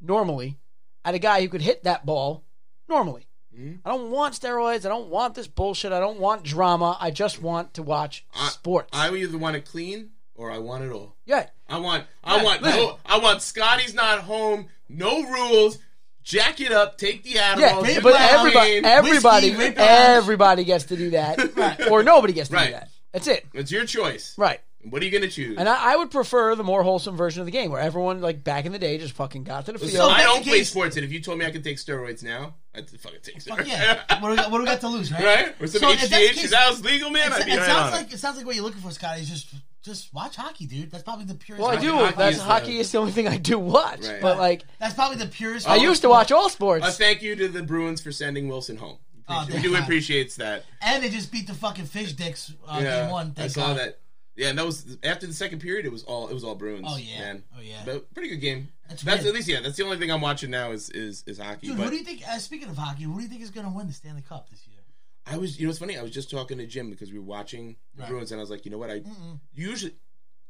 C: normally, at a guy who could hit that ball normally.
B: Mm-hmm.
C: I don't want steroids. I don't want this bullshit. I don't want drama. I just want to watch sports.
D: I either want it clean or I want it all.
C: yeah.
D: I want I
C: Yeah,
D: want
C: listen.
D: no I want Scotty's not home, no rules, jack it up, take the Adderall.
C: Yeah,
D: do
C: but
D: the
C: everybody,
D: cocaine.
C: everybody,
B: whiskey, whip ass.
C: everybody gets to do that, or nobody gets to do
D: Right.
C: that. That's it,
D: It's your choice.
C: right?
D: What are you gonna choose?
C: And I, I would prefer the more wholesome version of the game, where everyone, like back in the day, just fucking got to the
D: Listen,
C: field.
B: if
D: I
B: that's
D: don't
B: the
D: play
B: case-
D: sports, and if you told me I could take steroids now, I'd fucking take steroids.
B: Fuck yeah. What do we got, what do we got to lose, right?
D: right? Or some
B: So if that's the
D: HGH.
B: case-
D: If that was legal, man, I'd
B: It,
D: be
B: it
D: right
B: sounds
D: on it.
B: like it sounds like what you're looking for, Scott. Is just just watch hockey, dude. That's probably the purest.
C: well, I
B: hockey-
C: do.
D: hockey
C: that's
D: is the-
C: hockey is the only thing I do watch.
D: Right.
C: But like,
B: That's probably the purest.
C: I used to watch all sports.
D: A Uh, thank you to the Bruins for sending Wilson home.
B: Oh,
D: Appreciate-
B: thank
D: we do
B: God.
D: appreciate that.
B: And they just beat the fucking fish dicks uh,
D: Yeah,
B: game one.
D: I
B: thank
D: saw
B: God.
D: that. Yeah, and that was after the second period. It was all it was all Bruins.
B: Oh, yeah.
D: man.
B: Oh, yeah.
D: But pretty good game.
B: That's
D: That's,
B: weird.
D: at least yeah. That's the only thing I'm watching now is is, is hockey.
B: Dude,
D: but
B: who do you think? Uh, speaking of hockey, who do you think is going to win the Stanley Cup this year?
D: I was you know it's funny. I was just talking to Jim because we were watching the
B: Right.
D: Bruins and I was like, you know what? I usually,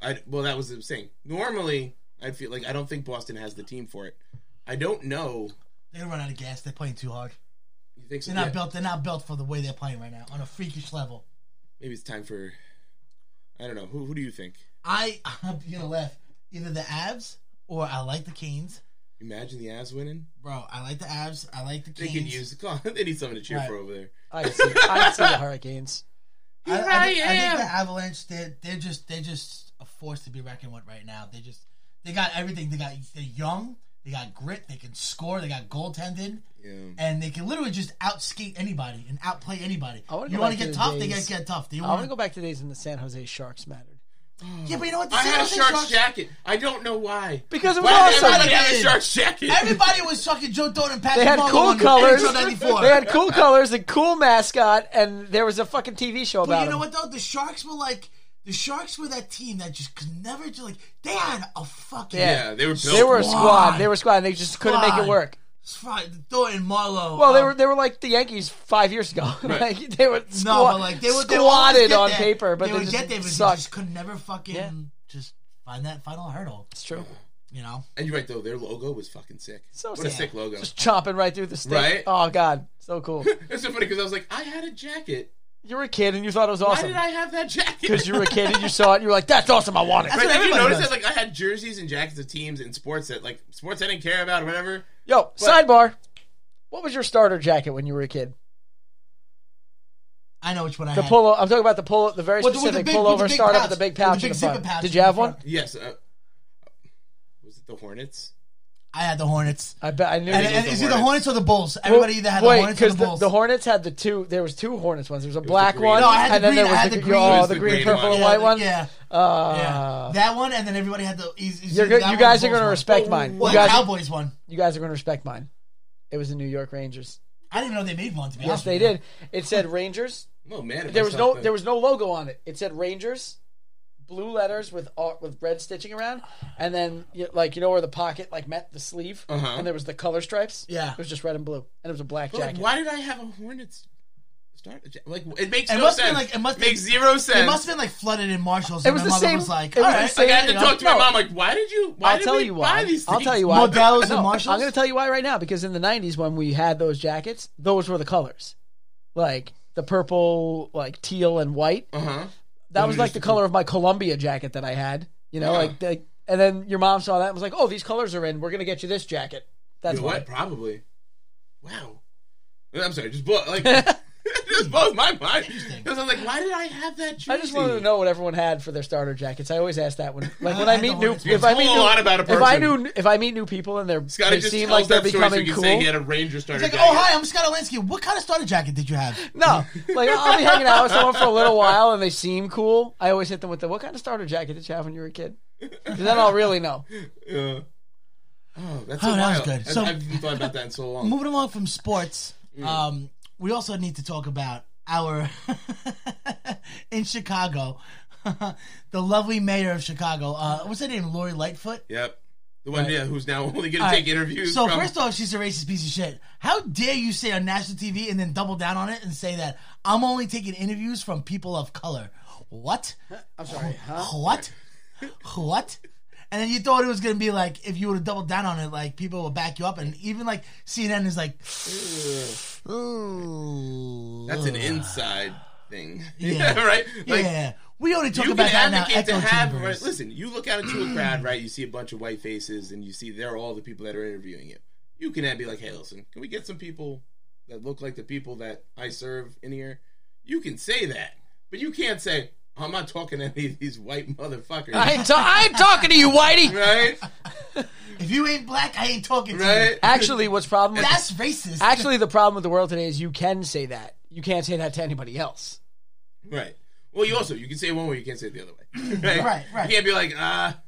D: I well that was the thing. Normally, I feel like I don't think Boston has the team for it. I don't know.
B: They're going to run out of gas. They're playing too hard.
D: You think so?
B: They're not
D: Yeah.
B: built. They're not built for the way they're playing right now on a freakish level.
D: Maybe it's time for. I don't know. Who who do you think?
B: I I'm gonna laugh. Either the Avs or I like the Canes,
D: Imagine the Avs winning.
B: bro. I like the Avs. I like the
D: They
B: Canes.
D: could use the call. they need someone to cheer
B: Right.
D: for over there.
C: I can see, I can see the Hurricanes.
B: I, I,
D: Here
B: think-
D: I
B: I think
D: am.
B: the Avalanche. They're they're just they're just a force to be reckoned with right now. They just they got everything. They got they're young. They got grit. They can score. They got goaltending.
D: Yeah.
B: and they can literally just outskate anybody and outplay anybody.
C: I wanna
B: You
C: go
B: want to
C: back to
B: get
C: the
B: tough? They
C: days-
B: get get tough. They
C: I want to
B: want
C: go back to days when the San Jose Sharks mattered.
B: Yeah, but you know what? The
D: I
B: San
D: had a
B: Jose
D: shark's
B: Sharks-
D: jacket. I don't know why.
C: Because it was
D: why did
C: awesome.
D: everybody have a
B: Everybody
D: shark's jacket?
B: Everybody was sucking Joe Thornton and Patrick
C: They had
B: Mahomes
C: cool
B: on
C: colors.
B: NHL 94.
C: They had cool colors, a cool mascot, and there was a fucking TV show about
B: But you know what
C: them.
B: though? The Sharks were like the Sharks were that team that just could never do like they had a fucking
D: yeah, they were built.
C: They were a
B: Squad.
C: squad. They were a squad. And they just couldn't make
B: Squad.
C: it work.
B: Fri- Thornton Marlowe.
C: Well, they
B: um,
C: were they were like the Yankees five years ago. like, they were squa-
B: no, but like they were they would always
C: squatted
B: get
C: on
B: there.
C: paper, but
B: they
C: they,
B: would
C: just
B: get there, but they
C: sucked.
B: just could never fucking
C: Yeah.
B: just find that final hurdle.
C: It's true.
B: You know.
D: and you're right though. Their logo was fucking sick.
C: So
D: what a
C: sad.
D: sick logo.
C: Just chomping right through the stick.
D: Right?
C: Oh god, so cool.
D: It's so funny because I was like, I had a jacket.
C: you were a kid and you thought it was
D: Why
C: awesome
D: did I have that jacket?
C: because you were a kid and you saw it. and You were like, "That's awesome. I want it."
B: That's
D: Right,
B: what
D: have you
B: everybody
D: noticed
B: does.
D: that like I had jerseys and jackets of teams in sports that like sports I didn't care about or whatever.
C: Yo,
D: But-
C: sidebar. What was your starter jacket when you were a kid?
B: I know which one I
C: The
B: had.
C: pullo. I'm talking about the pull. The very
B: With the- with the
C: specific
B: big- with the
C: pullover
B: big
C: starter
B: pouch.
C: with the big
B: With the
C: pouch
B: big
C: in the
B: zipper
C: front.
B: pouch
C: Did
B: in
C: you
B: the
C: have one?
B: front.
D: Yes. Uh, was it the Hornets?
B: I had the Hornets.
C: I bet I knew.
B: And,
C: you-
B: and
D: the
B: it's either
D: Hornets.
B: Hornets or the Bulls. Everybody either had the
C: Wait,
B: Hornets or the
C: 'cause
B: Bulls.
C: the Hornets had the two. There was two Hornets ones. There was a black
D: green.
C: one,
D: No,
B: I had the
C: and then
B: green-
C: there
B: I
C: was
B: had
C: the,
B: the
C: gre-
B: green.
C: oh,
B: It was
C: the
D: the
C: green,
D: green
C: purple,
D: one.
C: and
B: Yeah,
C: white
B: the-
C: one.
B: Yeah.
C: Uh,
B: Yeah. That one, and then everybody had the. Is, is
C: You're
B: either
C: go-
B: that
C: you
B: one or
C: guys
B: the
C: are going to
B: Bulls
C: respect
B: one.
C: mine.
B: Well,
C: you guys,
B: the Cowboys one.
C: you guys are going to respect mine. It was the New York Rangers.
B: I didn't know they made one. To be
C: Yes,
B: honest
C: they
B: with you.
C: did. It said Rangers.
D: No man.
C: There was no there was no logo on it. It said Rangers, blue letters with ar- with red stitching around, and then you- like you know where the pocket like met the sleeve,
D: Uh-huh.
C: and there was the color stripes.
B: Yeah.
C: it was just red and blue, and it was a black
D: But, like,
C: jacket.
D: why did I have a Hornets? Start like it makes
B: It
D: no
B: must have
D: sense.
B: been like- it must-
D: makes zero sense.
B: It must have been like flooded in Marshalls.
C: It
B: and
C: was
B: my
C: the
B: mother
C: same-
B: was like,
C: it was
B: all
C: the
B: right.
C: same-
D: Like I had to
C: No,
D: talk to my
C: no.
D: mom. Like, why did you? Why
C: I'll
D: did
C: tell
D: we
C: you
D: buy
C: why.
D: these
C: I'll
D: things?
C: tell you why.
B: Modelo's and
C: No,
B: Marshalls?
C: I'm going to tell you why right now because in the '90s when we had those jackets, those were the colors, like the purple, like teal and white.
D: Uh huh.
C: That was like the color of my Columbia jacket that I had. You know, like, like- and then your mom saw that and was like, "Oh, these colors are in. We're going to get you this jacket." That's
D: You know
C: why.
D: what? Probably. Wow. I'm sorry. Just blow, like just blows my mind. Because I'm like, why did I have that jersey?
C: I just wanted to know what everyone had for their starter jackets. I always ask that when, like, when
B: I
C: I meet
B: know
C: new,
B: it's-
C: if I meet
D: It's a
C: new,
D: lot about a
C: if I
D: person.
C: knew, if I meet new people and they're,
D: Scotty
C: they
D: just
C: seem
D: tells
C: like they're
D: that story so
C: becoming
D: you can
C: cool.
D: say he had a Ranger starter
B: It's like,
D: jacket.
B: oh hi, I'm Scott Olinsky. What kind of starter jacket did you have?
C: No, like I'll be hanging out with someone for a little while and they seem cool. I always hit them with the "What kind of starter jacket did you have when you were a kid?" 'Cause then I'll really know.
D: Yeah. Oh, that's
B: Oh, that was
D: a while.
B: good.
D: I-
B: So-
D: I haven't thought about that in so long.
B: Moving along from sports, um, we also need to talk about our in Chicago, the lovely mayor of Chicago. Uh, what's her name? Lori Lightfoot.
D: Yep. The one yeah, who's now only going to
B: All
D: take
B: right.
D: interviews.
B: So
D: from,
B: first off, she's a racist piece of shit. How dare you say on national TV and then double down on it and say that I'm only taking interviews from people of color? What?
C: I'm sorry.
B: What? what? And then you thought it was gonna be like if you would have doubled down on it, like people would back you up, and even like CNN is like, ooh,
D: that's an inside thing.
B: Yeah.
D: right? Like,
B: yeah. We only talk
D: You
B: about that
D: can
B: now.
D: advocate
B: Echo
D: to have.
B: chambers.
D: Right, listen, you look out into a crowd, right? You see a bunch of white faces, and you see they're all the people that are interviewing you. you can be like, hey, listen, can we get some people that look like the people that I serve in here? You can say that, but you can't say, I'm not talking to any of these white motherfuckers.
C: I ain't, ta- I ain't talking to you, Whitey.
D: Right?
B: If you ain't black, I ain't talking to you.
D: Right?
C: Actually, what's problem? With
B: That's racist.
C: actually the problem with the world today is you can say that. You can't say that to anybody else.
D: Right. Well, you also, you can say it one way, you can't say it the other way. Right?
B: Right, right.
D: You can't be like, ah,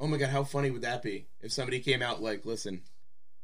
D: oh my God, how funny would that be if somebody came out like, listen,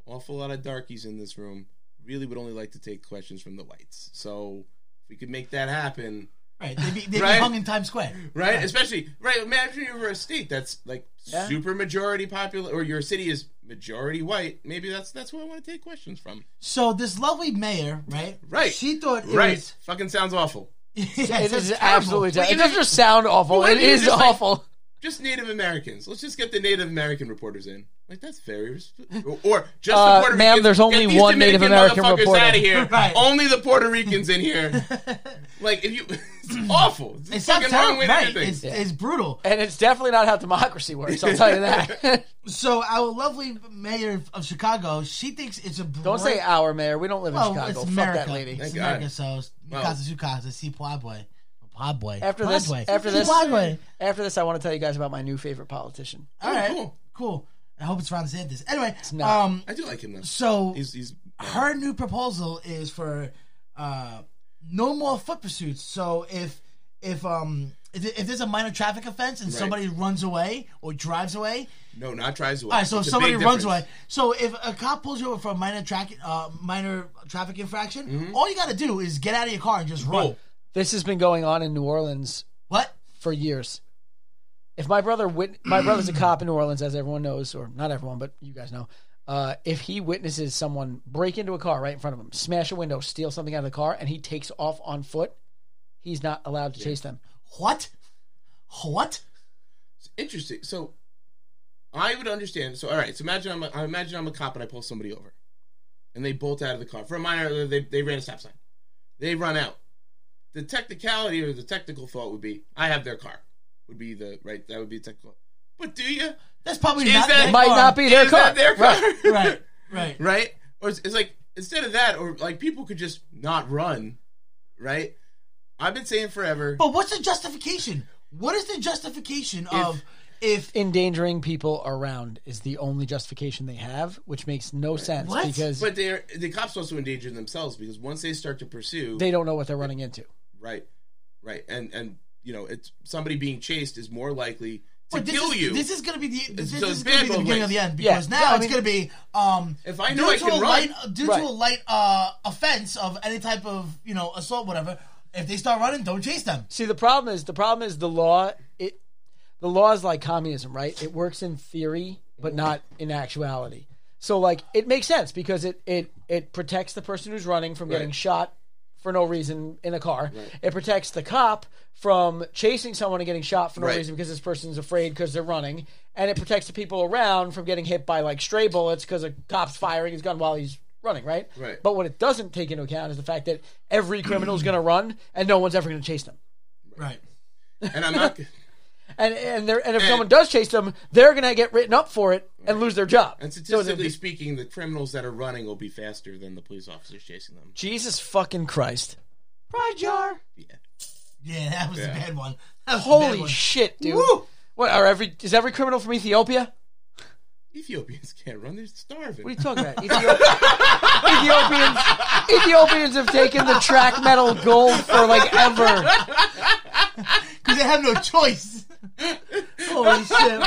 D: awful lot of darkies in this room really would only like to take questions from the whites. So if we could make that happen,
B: right. They'd, be, they'd be
D: Right?
B: hung in Times Square.
D: right? Especially right. Imagine you were a state that's like
C: Yeah.
D: super majority popular, or your city is majority white. Maybe that's that's where I want to take questions from.
B: So this lovely mayor, right?
D: Right.
B: She thought it
D: Right?
B: was.
D: Fucking sounds awful.
B: Yeah,
C: It
B: it's
C: is
B: terrible.
C: absolutely terrible. It doesn't just sound awful.
D: Why
C: It
D: do you
C: is
D: just, like-
C: awful.
D: Just Native Americans. Let's just get the Native American reporters in. Like that's very res- or, or just
C: Uh,
D: the Puerto
C: ma'am,
D: Ricans.
C: there's
D: Get
C: only
D: these
C: one Native
D: Dominican
C: American
D: motherfuckers
C: reporter.
D: Out of here.
B: Right.
D: Only the Puerto Ricans in here. like if you, it's awful. It's,
B: It's not
D: fucking wrong
B: terrible.
D: with
B: Right.
D: everything.
B: It's, it's brutal.
C: And it's definitely not how democracy works. I'll tell you that.
B: So our lovely mayor of Chicago, she thinks it's a.
C: don't say our mayor. We don't live in
B: Oh,
C: Chicago.
B: it's
C: Fuck
B: America.
C: that lady.
B: It's
D: Thank
B: America.
D: God.
B: So
D: Well.
B: because it's Chicago, it's Pueblo. Pueblo.
C: After this-
B: Pueblo.
C: after this-
B: Pueblo.
C: After this, I want to tell you guys about my new favorite politician.
B: All right.
D: Oh, cool.
B: Cool. I hope it's Ron DeSantis. Anyway,
C: not.
B: um,
D: I do like him though.
B: so
D: He's he's
B: her new proposal is for uh, no more foot pursuits. So if if um if, if there's a minor traffic offense and
D: Right.
B: somebody runs away or drives away,
D: no not tries away.
B: all right. So if
D: Ah, It's a
B: somebody
D: big
B: runs
D: difference.
B: away, so if a cop pulls you over for a minor traffic uh, minor traffic infraction,
D: Mm-hmm.
B: all you got to do is get out of your car and just run.
D: Boom.
C: This has been going on in New Orleans
B: What?
C: for years. If my brother, wit- my brother's a cop in New Orleans, as everyone knows, or not everyone, but you guys know, uh, if he witnesses someone break into a car right in front of him, smash a window, steal something out of the car, and he takes off on foot, he's not allowed to chase them.
B: What? What?
D: Interesting. So I would understand. So all right. So imagine I'm a, I imagine I'm a cop and I pull somebody over, and they bolt out of the car for a minor. They they ran a stop sign. They run out. The technicality or the technical thought would be I have their car. Would be the right. That would be technical. But do you?
B: That's probably
D: Is
B: not
D: that-
B: their
C: Might
B: car.
C: not be their
D: Is
C: car.
D: that their car?
C: Right.
B: right. Right.
D: right? Or it's, it's like instead of that, or like people could just not run, right? I've been saying forever.
C: Oh.
B: But what's the justification? What is the justification of if
C: Endangering people around is the only justification they have, which makes no sense
B: What?
C: because
D: But they're the cops also endanger themselves because once they start to pursue,
C: they don't know what they're running into.
D: Right, right, and and you know, it's somebody being chased is more likely to
B: But this
D: kill
B: is,
D: you.
B: This is going to be the this
D: so it's
B: is going to
D: bad
B: be the
D: both
B: beginning of
D: ways.
B: the end
C: Yeah,
B: because
C: no,
B: now
C: I
B: it's
C: mean-
B: going to be um
D: If I know
B: due
D: I
B: to
D: can
B: a
D: run-
B: light due
C: Right.
B: to a light uh, offense of any type of you know assault whatever. If they start running, don't chase them.
C: See, the problem is the problem is the law. It the law is like communism, right? It works in theory, but not in actuality. So, like, it makes sense because it it it protects the person who's running from getting
D: Right.
C: shot for no reason in a car. It protects the cop from chasing someone and getting shot for no
D: Right.
C: reason because this person's afraid because they're running, and it protects the people around from getting hit by like stray bullets because a cop's firing his gun while he's running, right?
D: Right.
C: But what it doesn't take into account is the fact that every criminal's going to run and no one's ever going to chase them.
B: Right.
D: and I'm not.
C: and and they're, and if someone does chase them, they're gonna get written up for it and lose their job.
D: And
C: So it'll
D: statistically
C: be-
D: speaking, the criminals that are running will be faster than the police officers chasing them.
C: Jesus fucking Christ! Pride jar.
D: Yeah,
B: Yeah, that was a
D: Yeah.
B: bad one. That was a bad
C: Holy
B: one.
C: shit, dude!
B: Woo!
C: What are every is every criminal from Ethiopia?
D: Ethiopians can't run; they're starving.
C: What are you talking about? Ethiopia, Ethiopians, Ethiopians have taken the track metal gold for like ever.
B: Because they have no choice. Holy shit!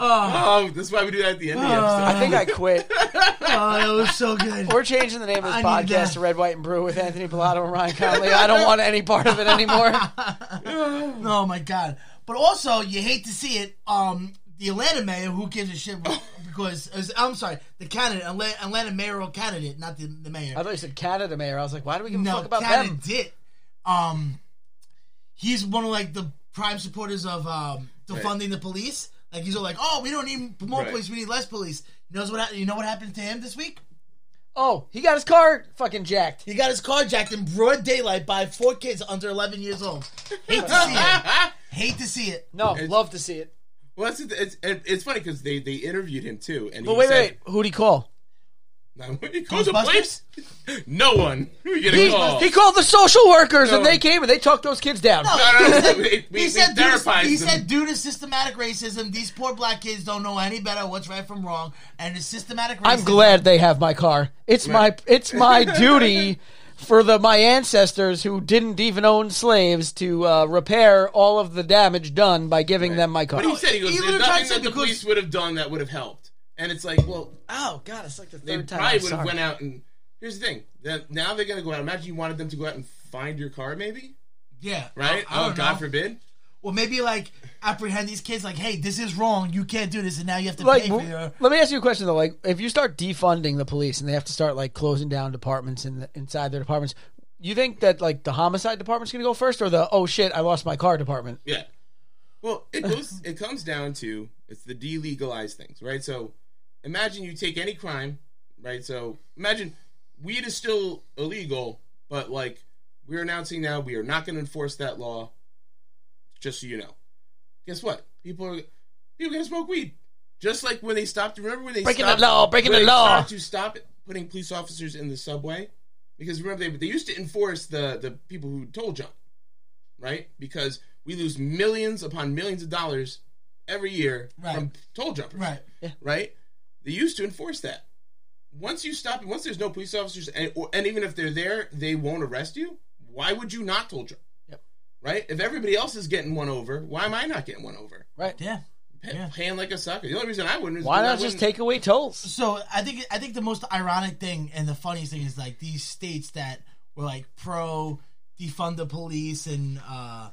B: Oh,
D: oh, that's why we do that at the end of the
C: I
B: Ah,
D: episode.
C: think I quit.
B: oh, that was so good.
C: We're changing the name of this
B: I need that.
C: podcast to Red, White, and Brew with Anthony Pilato and Ryan Conley. I don't want any part of it anymore.
B: Oh my god! But also, you hate to see it. Um, the Atlanta mayor who gives a shit because uh, I'm sorry, the candidate Atlanta, Atlanta mayoral candidate, not the, the mayor.
C: I thought you said Canada mayor. I was like, why do we give a
B: no,
C: fuck about them?
B: candidate. Um, he's one of like the prime supporters of um defunding the police. Like he's all like, oh, we don't need more
D: Right.
B: police, we need less police. You know what? hap- You know what happened to him this week?
C: Oh, he got his car fucking jacked.
B: He got his carjacked in broad daylight by four kids under 11 years old. Hate to see it. Hate to see it.
C: No, love to see it.
D: well, it's, it's, it's funny because they, they interviewed him too, and
C: But
D: he
C: wait,
D: said,
C: wait, who'd he call?
D: he called the police? No one. We get a call.
C: He called the social workers and
D: No.
C: they came and they talked those kids down.
D: no, no, no, we- we-
B: he
D: we
B: said, due to,
D: therapized
B: he
D: them.
B: said due to systematic racism, these poor black kids don't know any better what's right from wrong, and it's systematic racism.
C: I'm glad they have my car. It's my it's my duty for the my ancestors who didn't even own slaves to uh, repair all of the damage done by giving them my car.
D: But he said he goes,
B: Even
D: there's
B: if I
D: nothing
B: said
D: that the
B: because-
D: police would have done that would have helped. And it's like, well,
C: oh God, it's like the third
D: they probably would have went out and. Here's the thing. that- Now they're going to go out. Imagine you wanted them to go out and find your car, maybe?
B: Yeah.
D: Right?
B: I- I
D: oh,
B: don't
D: God
B: know.
D: forbid.
B: Well, maybe like apprehend these kids, like, hey, this is wrong. You can't do this, and now you have to
C: like
B: pay for your.
C: let me ask you a question though like if you start defunding the police and they have to start like closing down departments in the, inside their departments you think that like the homicide department's gonna go first or the oh shit i lost my car department
D: Yeah. Well, it goes. it comes down to it's the delegalize things, right? So, imagine you take any crime, right? So, imagine weed is still illegal, but like we're announcing now, we are not going to enforce that law. Just so you know, guess what? People are people are going to smoke weed, just like when they stopped. Remember when they
C: Breaking the
D: stopped,
C: law, breaking
D: when
C: the
D: they
C: law.
D: stopped To stop putting police officers in the subway, because remember they they used to enforce the the people who toll jump right? Because we lose millions upon millions of dollars every year
B: Right.
D: from toll jumpers,
B: Right.
D: right? They used to enforce that. Once you stop, once there's no police officers, and, or, and even if they're there, they won't arrest you. Why would you not toll jump?
C: Yep.
D: Right? If everybody else is getting one over, why am I not getting one over?
C: right
B: Yeah.
D: Pa-
B: Yeah.
D: Paying like a sucker. The only reason I wouldn't is
C: why
D: because I
C: not just
D: wouldn't-
C: take away tolls
B: So I think I think the most ironic thing and the funniest thing is like these states that were like pro defund the police and uh,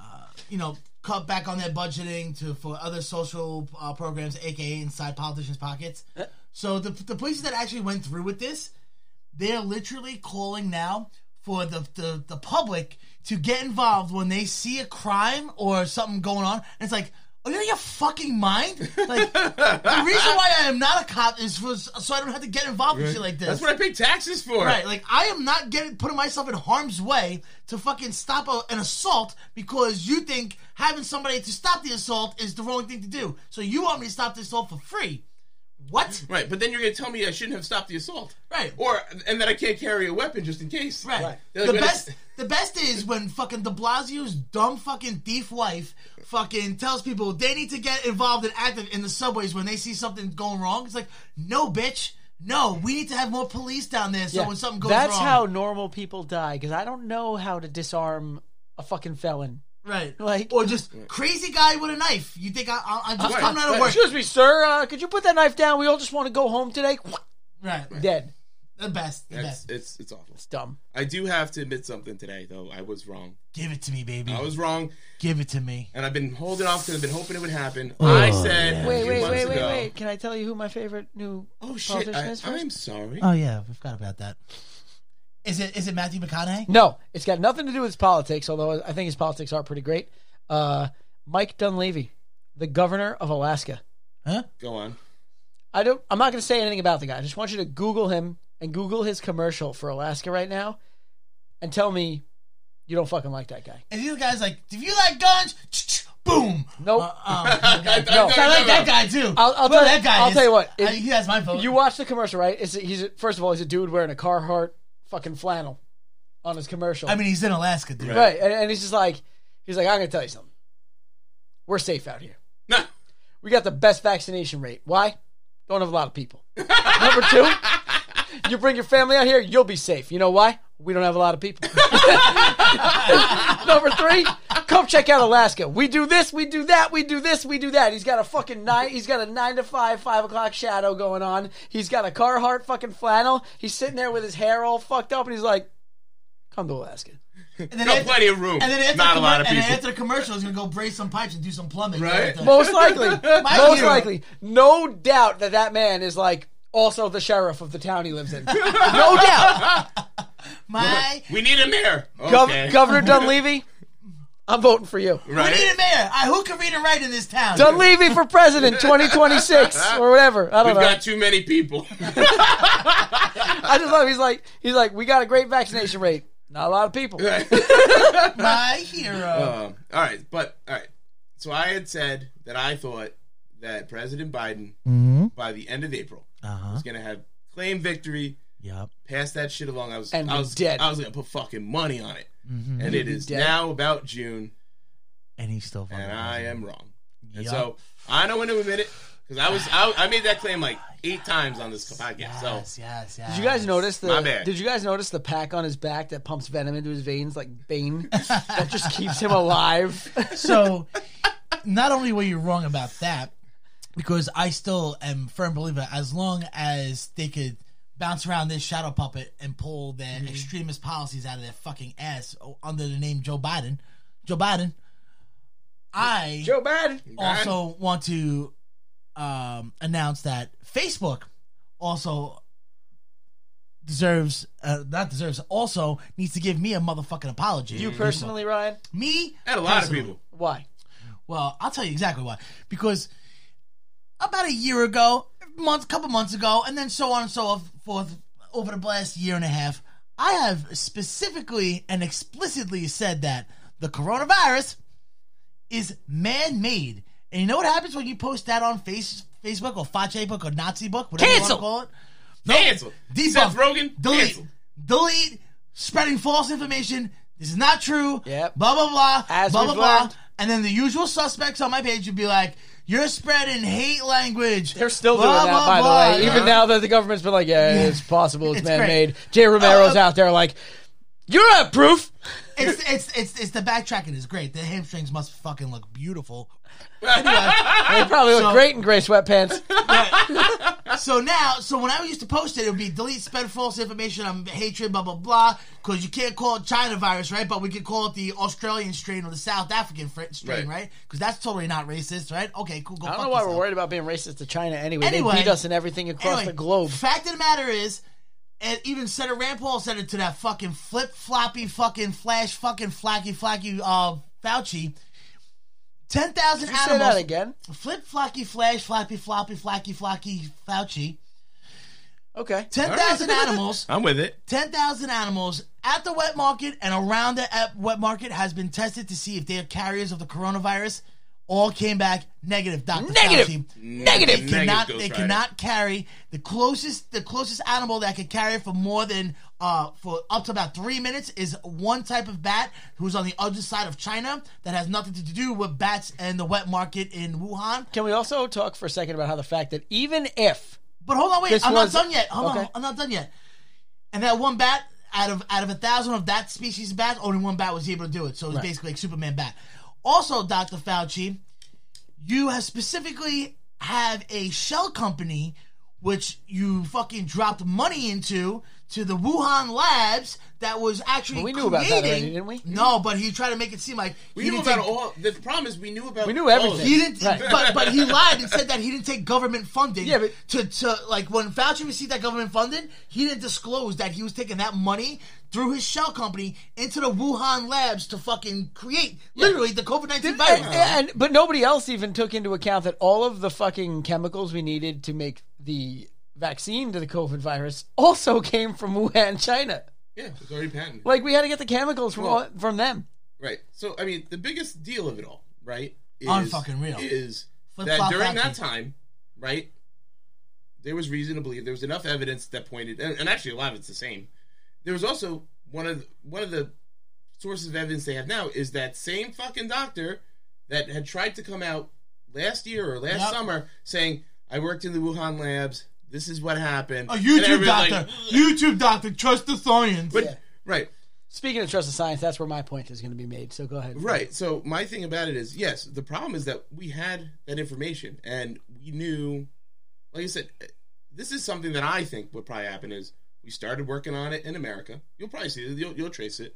B: uh, you know cut back on their budgeting to for other social uh, programs, aka inside politicians' pockets. So the the places that actually went through with this, they're literally calling now for the, the the public to get involved when they see a crime or something going on. And it's like, are you out of your fucking mind? Like the reason why I am not a cop is for, so I don't have to get involved with shit like this.
D: That's what I pay taxes for.
B: Right, like I am not getting putting myself in harm's way to fucking stop a, an assault because you think having somebody to stop the assault is the wrong thing to do. So you want me to stop the assault for free? What?
D: Right, but then you're going to tell me I shouldn't have stopped the assault.
B: Right.
D: Or and that I can't carry a weapon just in case.
B: Right.
D: They're
B: The
D: gonna-
B: best the best is when fucking De Blasio's dumb fucking thief wife fucking tells people they need to get involved and active in the subways when they see something going wrong. It's like, no, bitch, no. We need to have more police down there so
C: Yeah.
B: when something goes
C: that's
B: wrong,
C: how normal people die because i don't know how to disarm a fucking felon
B: right?
C: like-
B: or just crazy guy with a knife. You think I, I, I'm just
D: Right.
B: coming out of
D: Right.
B: work?
C: excuse me sir uh, could you put that knife down we all just want to go home today
B: Right.
C: dead
B: The best. The
D: That's,
B: best.
D: it's it's awful.
C: it's dumb
D: I do have to admit something today, though. I was wrong.
B: Give it to me, baby.
C: Mm-hmm.
D: I was wrong,
B: Give it to me.
D: and I've been holding off because I've been hoping it would happen.
C: Oh,
D: I said a
C: wait
D: few
C: wait
D: months
C: wait wait
D: ago-
C: wait can i tell you who my favorite new
D: Oh shit!
C: politician
D: I,
C: is first?
D: I'm sorry.
C: Uh,
B: Oh yeah, we forgot about that. Is it is it Matthew McConaughey?
C: No, it's got nothing to do with his politics, although I think his politics are pretty great. Uh, Mike Dunleavy, the governor of Alaska.
B: Huh?
D: Go on.
C: I don't. I'm not going to say anything about the guy. I just want you to Google him and Google his commercial for Alaska right now, and tell me you don't fucking like that guy.
B: And these guys like, if you like guns, ch-ch, boom.
C: Nope.
B: Uh, um,
D: I, I-
B: okay.
D: I-
C: No.
D: I-
B: I like
D: no, no.
B: that guy too.
C: I'll- I'll
B: Well,
C: tell you-
B: that guy
C: I'll
B: is-
C: tell you what, if-
B: I- he has my vote.
C: You watch the commercial, right? It's he's first of all he's a dude wearing a Carhartt fucking flannel on his commercial.
B: I mean, he's in Alaska, dude.
D: Right.
C: right? And, and he's just like, he's like, I'm going to tell you something. We're safe out here.
D: No.
C: we got the best vaccination rate. Why? Don't have a lot of people. Number two, you bring your family out here, you'll be safe. You know why? We don't have a lot of people. Number three, come check out Alaska. We do this, we do that, we do this, we do that. He's got a fucking nine. He's got a nine to five, five o'clock shadow going on. He's got a Carhartt fucking flannel. He's sitting there with his hair all fucked up, and he's like, "Come to Alaska."
B: And then
D: No,
B: after-
D: plenty of room.
B: And then after
D: Not
B: the
D: a lot of
B: commer- And then
D: people.
B: after the commercial, he's gonna go brace some pipes and do some plumbing.
D: Right.
B: Like, uh,
C: Most likely. most
B: you.
C: likely. No doubt that that man is like also the sheriff of the town he lives in. No doubt.
B: My,
D: We need a mayor.
C: Gov-
D: Okay.
C: Governor Dunleavy, I'm voting for you.
B: we
D: right?
B: need a mayor. I, who can read and write in this town?
C: Dunleavy for president 2026 or whatever. I
D: We've
C: don't know.
D: got too many people.
C: I just love he's like he's like we got a great vaccination rate. Not a lot of people.
B: My hero.
C: Oh.
D: um, all right, but all right. So I had said
B: Mm-hmm. Uh-huh.
D: that I thought that President Biden by the end of April was going to have claim victory,
B: Yep.
D: pass that shit along. I was
C: And
D: I
C: we're
D: was
C: dead.
D: I was gonna put fucking money on it,
B: Mm-hmm.
D: and it is
C: dead.
D: now about June,
B: And he's still fucking.
D: and I am wrong. And
B: Yup.
D: so I don't want to admit it because I was I, I made that claim like eight times on this podcast. So
B: Yes, yes, yes.
C: Did you guys notice the?
D: My bad.
C: Did you guys notice the pack on his back that pumps venom into his veins like Bane? that just keeps him alive.
B: So, not only were you wrong about that, because I still am firm believer. As long as they could bounce around this shadow puppet and pull their
C: Mm-hmm.
B: extremist policies out of their fucking ass o- under the name Joe Biden, Joe Biden, I
C: Joe Biden.
B: also want to um, announce that Facebook also deserves uh, not deserves also needs to give me a motherfucking apology.
C: You personally, Ryan?
B: me
D: and a lot of
B: personally.
D: people.
C: Why?
B: Well, I'll tell you exactly why. Because about a year ago, month, couple months ago, and then so on and so forth over the last year and a half, I have specifically and explicitly said that the coronavirus is man-made. And you know what happens when you post that on face, Facebook or Facebook or Nazi book, whatever
C: Cancel.
B: you want to call it?
D: Cancel.
B: Debunked.
D: Seth Rogen.
B: Delete.
D: Cancel.
B: Delete. Spreading false information. This is not true.
C: Yep.
B: Blah blah blah.
C: As
B: blah
C: we've
B: blah
C: learned.
B: blah. And then the usual suspects on my page would be like, "You're spreading hate language."
C: They're still
B: Blah,
C: doing that,
B: blah,
C: by
B: blah.
C: the way. Even now that the government's been like, yeah, it's possible, it's,
B: It's
C: man made.
B: great.
C: Jay Romero's
B: Uh,
C: out there like, you're not proof.
B: it's, it's it's it's the backtracking is great. The hamstrings must fucking look beautiful.
C: They probably look
B: So-
C: great in gray sweatpants.
B: So now, so when I used to post it, it would be delete, spread false information on hatred, blah blah blah, because you can't call it China virus, right? But we could call it the Australian strain or the South African fr- strain,
D: Right.
B: right? Because that's totally not racist, right? Okay, cool. Go
C: I don't
B: fuck
C: know why we're
B: yourself.
C: worried about being racist to China anyway.
B: Anyway.
C: they beat us in everything across
B: Anyway,
C: the globe.
B: Fact of the matter is, and even Senator Rand Paul said it to that fucking flip floppy fucking flash fucking flacky flacky uh Fauci. Ten thousand
C: Did you say that
B: animals.
C: again?
B: Flip flocky flash floppy floppy flacky flacky Fauci.
C: Okay.
B: Ten thousand animals.
D: I'm with it.
B: 10,000 animals at the wet market and around the at wet market has been tested to see if they are carriers of the coronavirus. All came back negative. Dr.
C: Negative.
B: Fauci.
D: Negative.
B: They
D: Negative,
B: cannot.
D: Ghost
B: they
D: Rider.
B: cannot carry the closest. The closest animal that can carry it for more than uh for up to about three minutes is one type of bat who's on the other side of China that has nothing to do with bats and the wet market in Wuhan.
C: Can we also talk for a second about how the fact that even if
B: But hold on, wait,
C: This
B: I'm
C: was-
B: not done yet. Hold on,
C: okay.
B: I'm not done yet. And that one bat out of out of a thousand of that species of bat, only one bat was able to do it. So it was basically like Superman bat. Also, Dr. Fauci, you have specifically have a shell company which you fucking dropped money into to the Wuhan labs that was actually
C: we knew about that already,
B: creating-
C: didn't we?
B: No, but he tried to make it seem like
D: We
B: he
D: knew
B: didn't
D: about
B: take-
D: all. The problem is we knew about.
C: We knew
D: all of
C: everything.
D: it.
B: he didn't,
C: Right.
B: but but he lied and said that he didn't take government funding.
C: Yeah, but-
B: to to like when Fauci received that government funding, he didn't disclose that he was taking that money through his shell company into the Wuhan labs to fucking create literally the COVID nineteen virus.
C: and, and- but nobody else even took into account that all of the fucking chemicals we needed to make the vaccine to the COVID virus also came from Wuhan, China.
D: Yeah, it's already patented.
C: Like we had to get the chemicals from all, from them.
D: Right. So I mean, the biggest deal of it all, right? Is,
B: Unfucking real.
D: Is that
B: Flip-flop
D: during that
B: factory.
D: time, right? There was reason to believe there was enough evidence that pointed, and, and actually a lot of it's the same. There was also one of the, one of the sources of evidence they have now is that same fucking doctor that had tried to come out last year or last
B: Yep.
D: summer saying, "I worked in the Wuhan labs. This is what happened."
B: A
D: And
B: YouTube
D: everybody's
B: doctor,
D: like,
B: YouTube doctor, trust the science.
D: but right,
C: Speaking of trust of science, that's where my point is going to be made. So go ahead.
D: Right. So my thing about it is, yes, the problem is that we had that information and we knew, like I said, this is something that I think would probably happen is we started working on it in America. You'll probably see it. You'll, you'll trace it.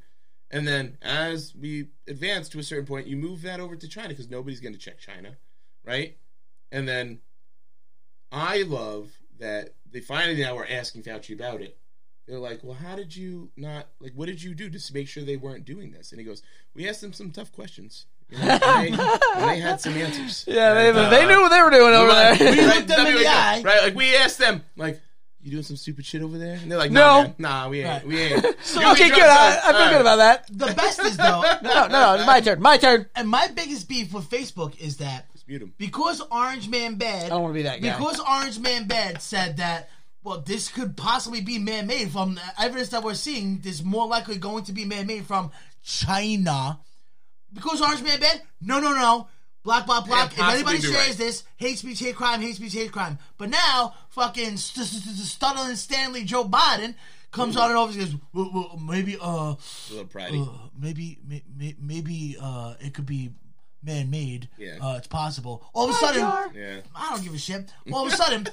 D: And then as we advance to a certain point, you move that over to China because nobody's going to check China, right? And then I love that they finally now are asking Fauci about it. They're like, well, how did you not like? What did you do just to make sure they weren't doing this? And he goes, we asked them some tough questions. You know, and they, and they had some answers.
C: Yeah, they,
D: And, uh,
C: they knew what they were doing over
D: like,
C: there.
D: we
B: looked
D: like,
B: them in the
D: WHO,
B: eye.
D: Right, like we asked them, like, you doing some stupid shit over there? And they're like, no,
C: No.
D: man, nah, we ain't,
B: Right.
D: we ain't. so
C: okay, good. I, I feel good about that.
B: the best is though,
C: No, no, no. My turn. My turn.
B: and my biggest beef with Facebook is that
D: Mute him.
B: because Orange Man Bad, I
C: don't wanna be that guy.
B: Because Orange Man Bad said that Well, this could possibly be man made from the evidence that we're seeing. There's more likely going to be man made from China. Because Orange Man Bad? No, no, no. Black, black, black. if
D: possibly
B: anybody
D: be
B: shares
D: right.
B: this, hate speech, hate crime, hate speech, hate crime. But now, fucking st- st- st- stuttering Stanley Joe Biden comes on and over and says, well, well, maybe, uh,
D: A little pridey.
B: uh, maybe, may, may, maybe uh, it could be man-made.
D: Yeah.
B: Uh, it's possible. All of a sudden,
D: yeah.
B: I don't give a shit. All of a sudden,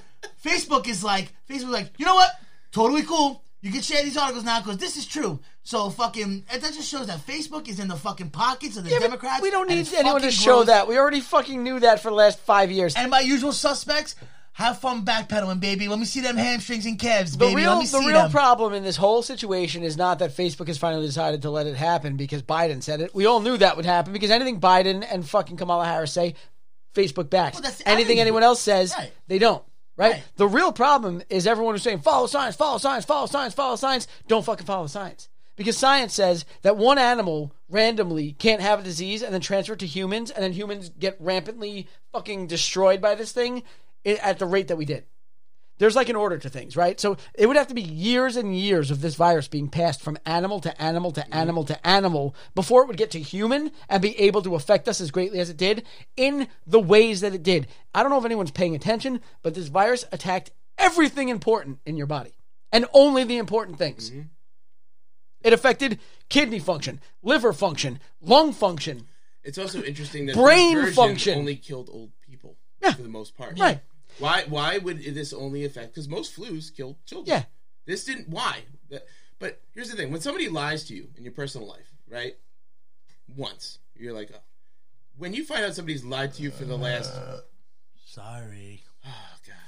B: Facebook is like, Facebook's like, you know what? Totally cool. You can share these articles now because this is true. So fucking, and that just shows that Facebook is in the fucking pockets of the
C: Yeah, but
B: Democrats.
C: we don't
B: and
C: need
B: it's
C: anyone to
B: fucking
C: show
B: gross.
C: that. We already fucking knew that for the last five years.
B: And my usual suspects, have fun backpedaling, baby. Let me see them hamstrings and calves,
C: the
B: baby.
C: real,
B: Let me
C: the
B: see
C: real
B: them.
C: problem in this whole situation is not that Facebook has finally decided to let it happen because Biden said it. We all knew that would happen because anything Biden and fucking Kamala Harris say, Facebook backs.
B: Well, that's the
C: anything
B: irony.
C: anyone else says,
B: Right.
C: they don't. Right?
B: Right.
C: The real problem is everyone who's saying follow science, follow science, follow science, follow science. Don't fucking follow science because science says that one animal randomly can't have a disease and then transfer it to humans and then humans get rampantly fucking destroyed by this thing i- at the rate that we did there's like an order to things, right? So it would have to be years and years of this virus being passed from animal to animal to animal to animal before it would get to human and be able to affect us as greatly as it did in the ways that it did. I don't know if anyone's paying attention, but this virus attacked everything important in your body and only the important things.
D: Mm-hmm.
C: It affected kidney function, liver function, lung function.
D: It's also interesting that
C: Brain
D: brain version
C: function.
D: only killed old people
C: Yeah.
D: for the most part.
C: Right.
D: Why? Why would this only affect? Because most flus kill children.
C: Yeah.
D: This didn't. Why? That- But here's the thing: when somebody lies to you in your personal life, right? Once you're like, oh. when you find out somebody's lied to you for the last
B: Sorry.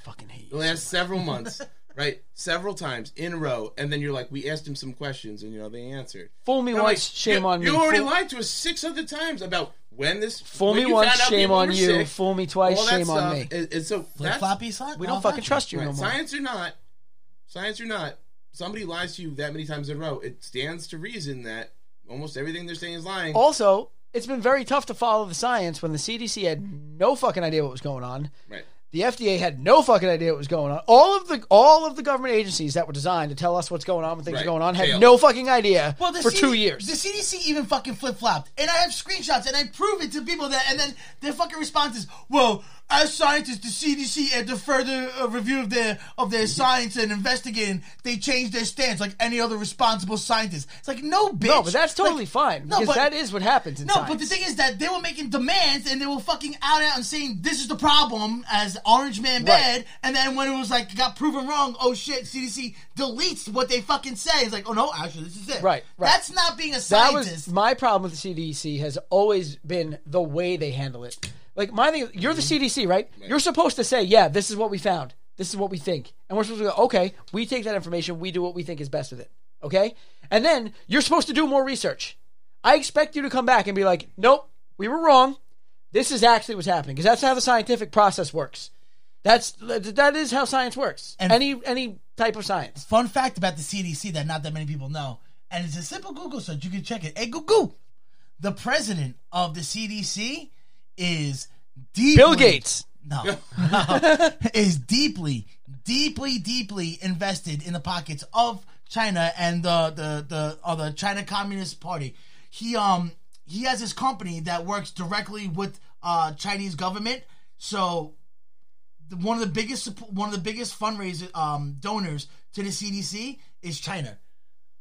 C: Fucking hate
D: the
C: you.
D: last several months, right? Several times in a row, and then you're like, we asked him some questions, and you know they answered.
C: Fool me
D: I'm like,
C: once, shame
D: you,
C: on me.
D: You already
C: Fool-
D: lied to us six other times about when this.
C: Fool
D: when
C: me
D: you
C: once,
D: found out
C: shame
D: people
C: on
D: were
C: you.
D: sick,
C: Fool me twice,
D: all that
C: shame on me.
D: stuff. And, and so
B: Flip
D: that's-
B: floppy slot.
C: We don't fucking trust you
D: right,
C: no more.
D: Science or not, science or not, somebody lies to you that many times in a row. It stands to reason that almost everything they're saying is lying.
C: Also, it's been very tough to follow the science when the CDC had no fucking idea what was going on.
D: right.
C: The FDA had no fucking idea what was going on. All of the all of the government agencies that were designed to tell us what's going on when things
D: Right.
C: are going on had
D: Failed.
C: no fucking idea
B: Well, the
C: for
B: CD
C: two years.
B: The CDC even fucking flip flopped. And I have screenshots and I prove it to people that, and then their fucking response is, well, as scientists, the CDC, at the further uh, review of their of their science and investigating, they changed their stance like any other responsible scientist. It's like, no, bitch.
C: no, but that's totally
B: Like,
C: fine
B: no,
C: because
B: but-
C: that is what happens in
B: No,
C: science.
B: but the thing is that they were making demands and they were fucking out and out and saying this is the problem as Orange Man Bad. And then when it was like got proven wrong, oh shit, CDC deletes what they fucking say. It's like, oh no, actually, this is it.
C: Right, right.
B: That's not being a
C: that
B: scientist.
C: was my problem with the CDC has always been the way they handle it. Like my thing, you're the CDC, right? You're supposed to say, yeah, this is what we found, this is what we think, and we're supposed to go, okay, we take that information, we do what we think is best with it, okay? And then you're supposed to do more research. I expect you to come back and be like, nope, we were wrong. This is actually what's happening because that's how the scientific process works. That's that is how science works.
B: And-
C: any any type of science.
B: fun fact about the CDC that not that many people know, and it's a simple Google search. You can check it. Hey, Google, the president of the CDC is deeply,
C: Bill Gates.
B: No, no, is deeply, deeply, deeply invested in the pockets of China and the the the or the China Communist Party. He um he has his company that works directly with uh Chinese government. So the- one of the biggest supp- one of the biggest fundraiser um, donors to the CDC is China.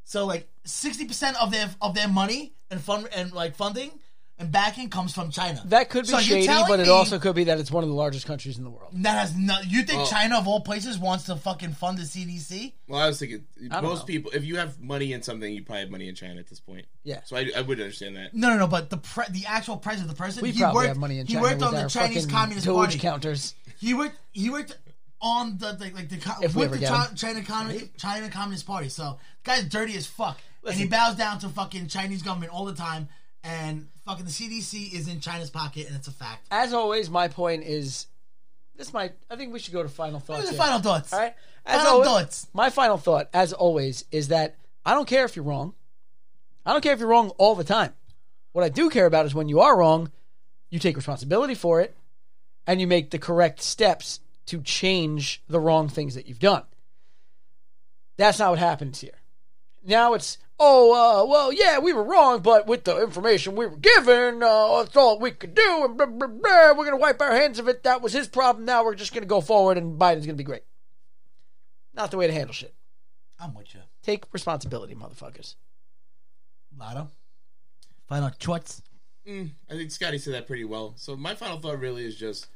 B: So like sixty percent of their of their money and fund and like funding and backing comes from China.
C: That could be
B: So you're
C: shady,
B: telling
C: but it
B: me
C: also could be that it's one of the largest countries in the world.
B: that has no. You think
D: Well-
B: China of all places wants to fucking fund the CDC?
D: Well, I was thinking
C: don't
D: most
C: know.
D: people, if you have money in something, you probably have money in China at this point.
C: Yeah.
D: So I, I would understand that.
B: No, no, no. But the pre- the actual president, the president,
C: We
B: he
C: probably
B: worked,
C: have money in
B: he
C: China.
B: worked on
C: with
B: the
C: our
B: Chinese
C: fucking
B: Communist
C: Doge
B: Party.
C: counters.
B: He worked. He worked on the, the like the co-
C: If we
B: with
C: ever
B: the
C: get
B: Chi-
C: him.
B: China Communist China Communist Party. So guy's dirty as fuck, and he bows down to fucking Chinese government all the time. And fucking the CDC is in China's pocket, and it's a fact.
C: As always, my point is this might I think we should go to final
B: What
C: thoughts.
B: are the
C: here.
B: final thoughts?
C: All right. As
B: Final
C: always,
B: thoughts.
C: My final thought, as always, is that I don't care if you're wrong. I don't care if you're wrong all the time. What I do care about is when you are wrong, you take responsibility for it and you make the correct steps to change the wrong things that you've done. That's not what happens here. Now it's oh uh, well yeah we were wrong, but with the information we were given, uh, that's all we could do, and blah, blah, blah, we're gonna wipe our hands of it. That was his problem. Now we're just gonna go forward, and Biden's gonna be great. Not the way to handle shit.
B: I'm with you.
C: Take responsibility, motherfuckers.
B: Lotto. Final choice.
D: Mm, I think Scotty said that pretty well. So my final thought really is just,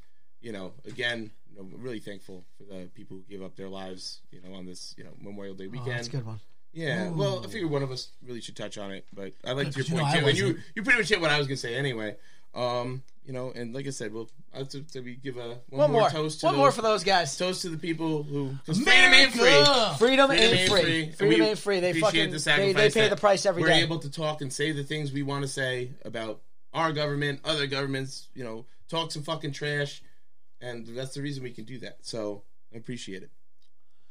D: you know, again, you know, I'm really thankful for the people who gave up their lives, you know, on this, you know, Memorial Day weekend.
C: Oh, That's a good one.
D: Yeah. Well, I figured one of us really should touch on it, but I liked your
B: You know,
D: point
B: I
D: too, and you
B: wasn't.
D: you pretty much hit what I was gonna say anyway. Um, you know, and like I said, we'll I have to, to we give a one,
C: One
D: more,
C: more.
D: toast. To
C: One
D: those,
C: more for those guys.
D: toast to the people who 'cause freedom ain't
B: America!
D: free.
C: Freedom
D: ain't
C: ain't
D: free.
C: free.
D: And
C: Freedom
D: we
C: ain't free. They
D: appreciate
C: fucking
D: the
C: they, they
D: sacrifice
C: pay
D: that
C: the price every
D: we're
C: day.
D: able to talk and say the things we want to say about our government, other governments. You know, talk some fucking trash, and that's the reason we can do that. So I appreciate it.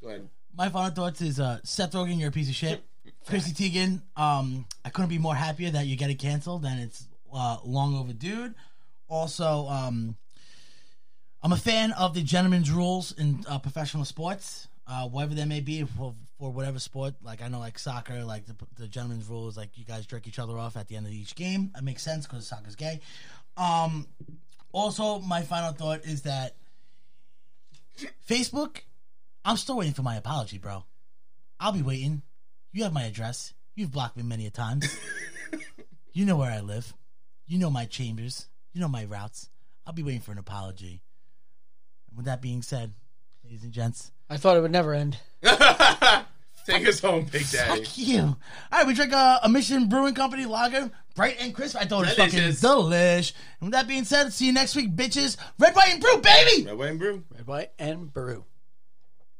D: Go ahead.
B: My final thoughts is uh, Seth Rogen, you're a piece of shit. Chrissy Teigen, um, I couldn't be more happier that you get it canceled and it's uh, long overdue. Also, um, I'm a fan of the gentleman's rules in uh, professional sports, uh, whatever they may be for, for whatever sport. Like I know, like soccer, like the, the gentleman's rule is like you guys jerk each other off at the end of each game. That makes sense because soccer's gay. Um, also, my final thought is that Facebook I'm still waiting for my apology, bro. I'll be waiting. You have my address. You've blocked me many a times. you know where I live. You know my chambers. You know my routes. I'll be waiting for an apology. And with that being said, ladies and gents,
C: I thought it would never end.
D: Take us home, Big Daddy.
B: fuck you. All right, we drank a, a Mission Brewing Company lager, bright and crisp. I thought it was fucking
D: Delicious.
B: delish. And with that being said, see you next week, bitches. Red, white, and brew, baby.
D: Red, white, and brew.
C: Red, white, and brew.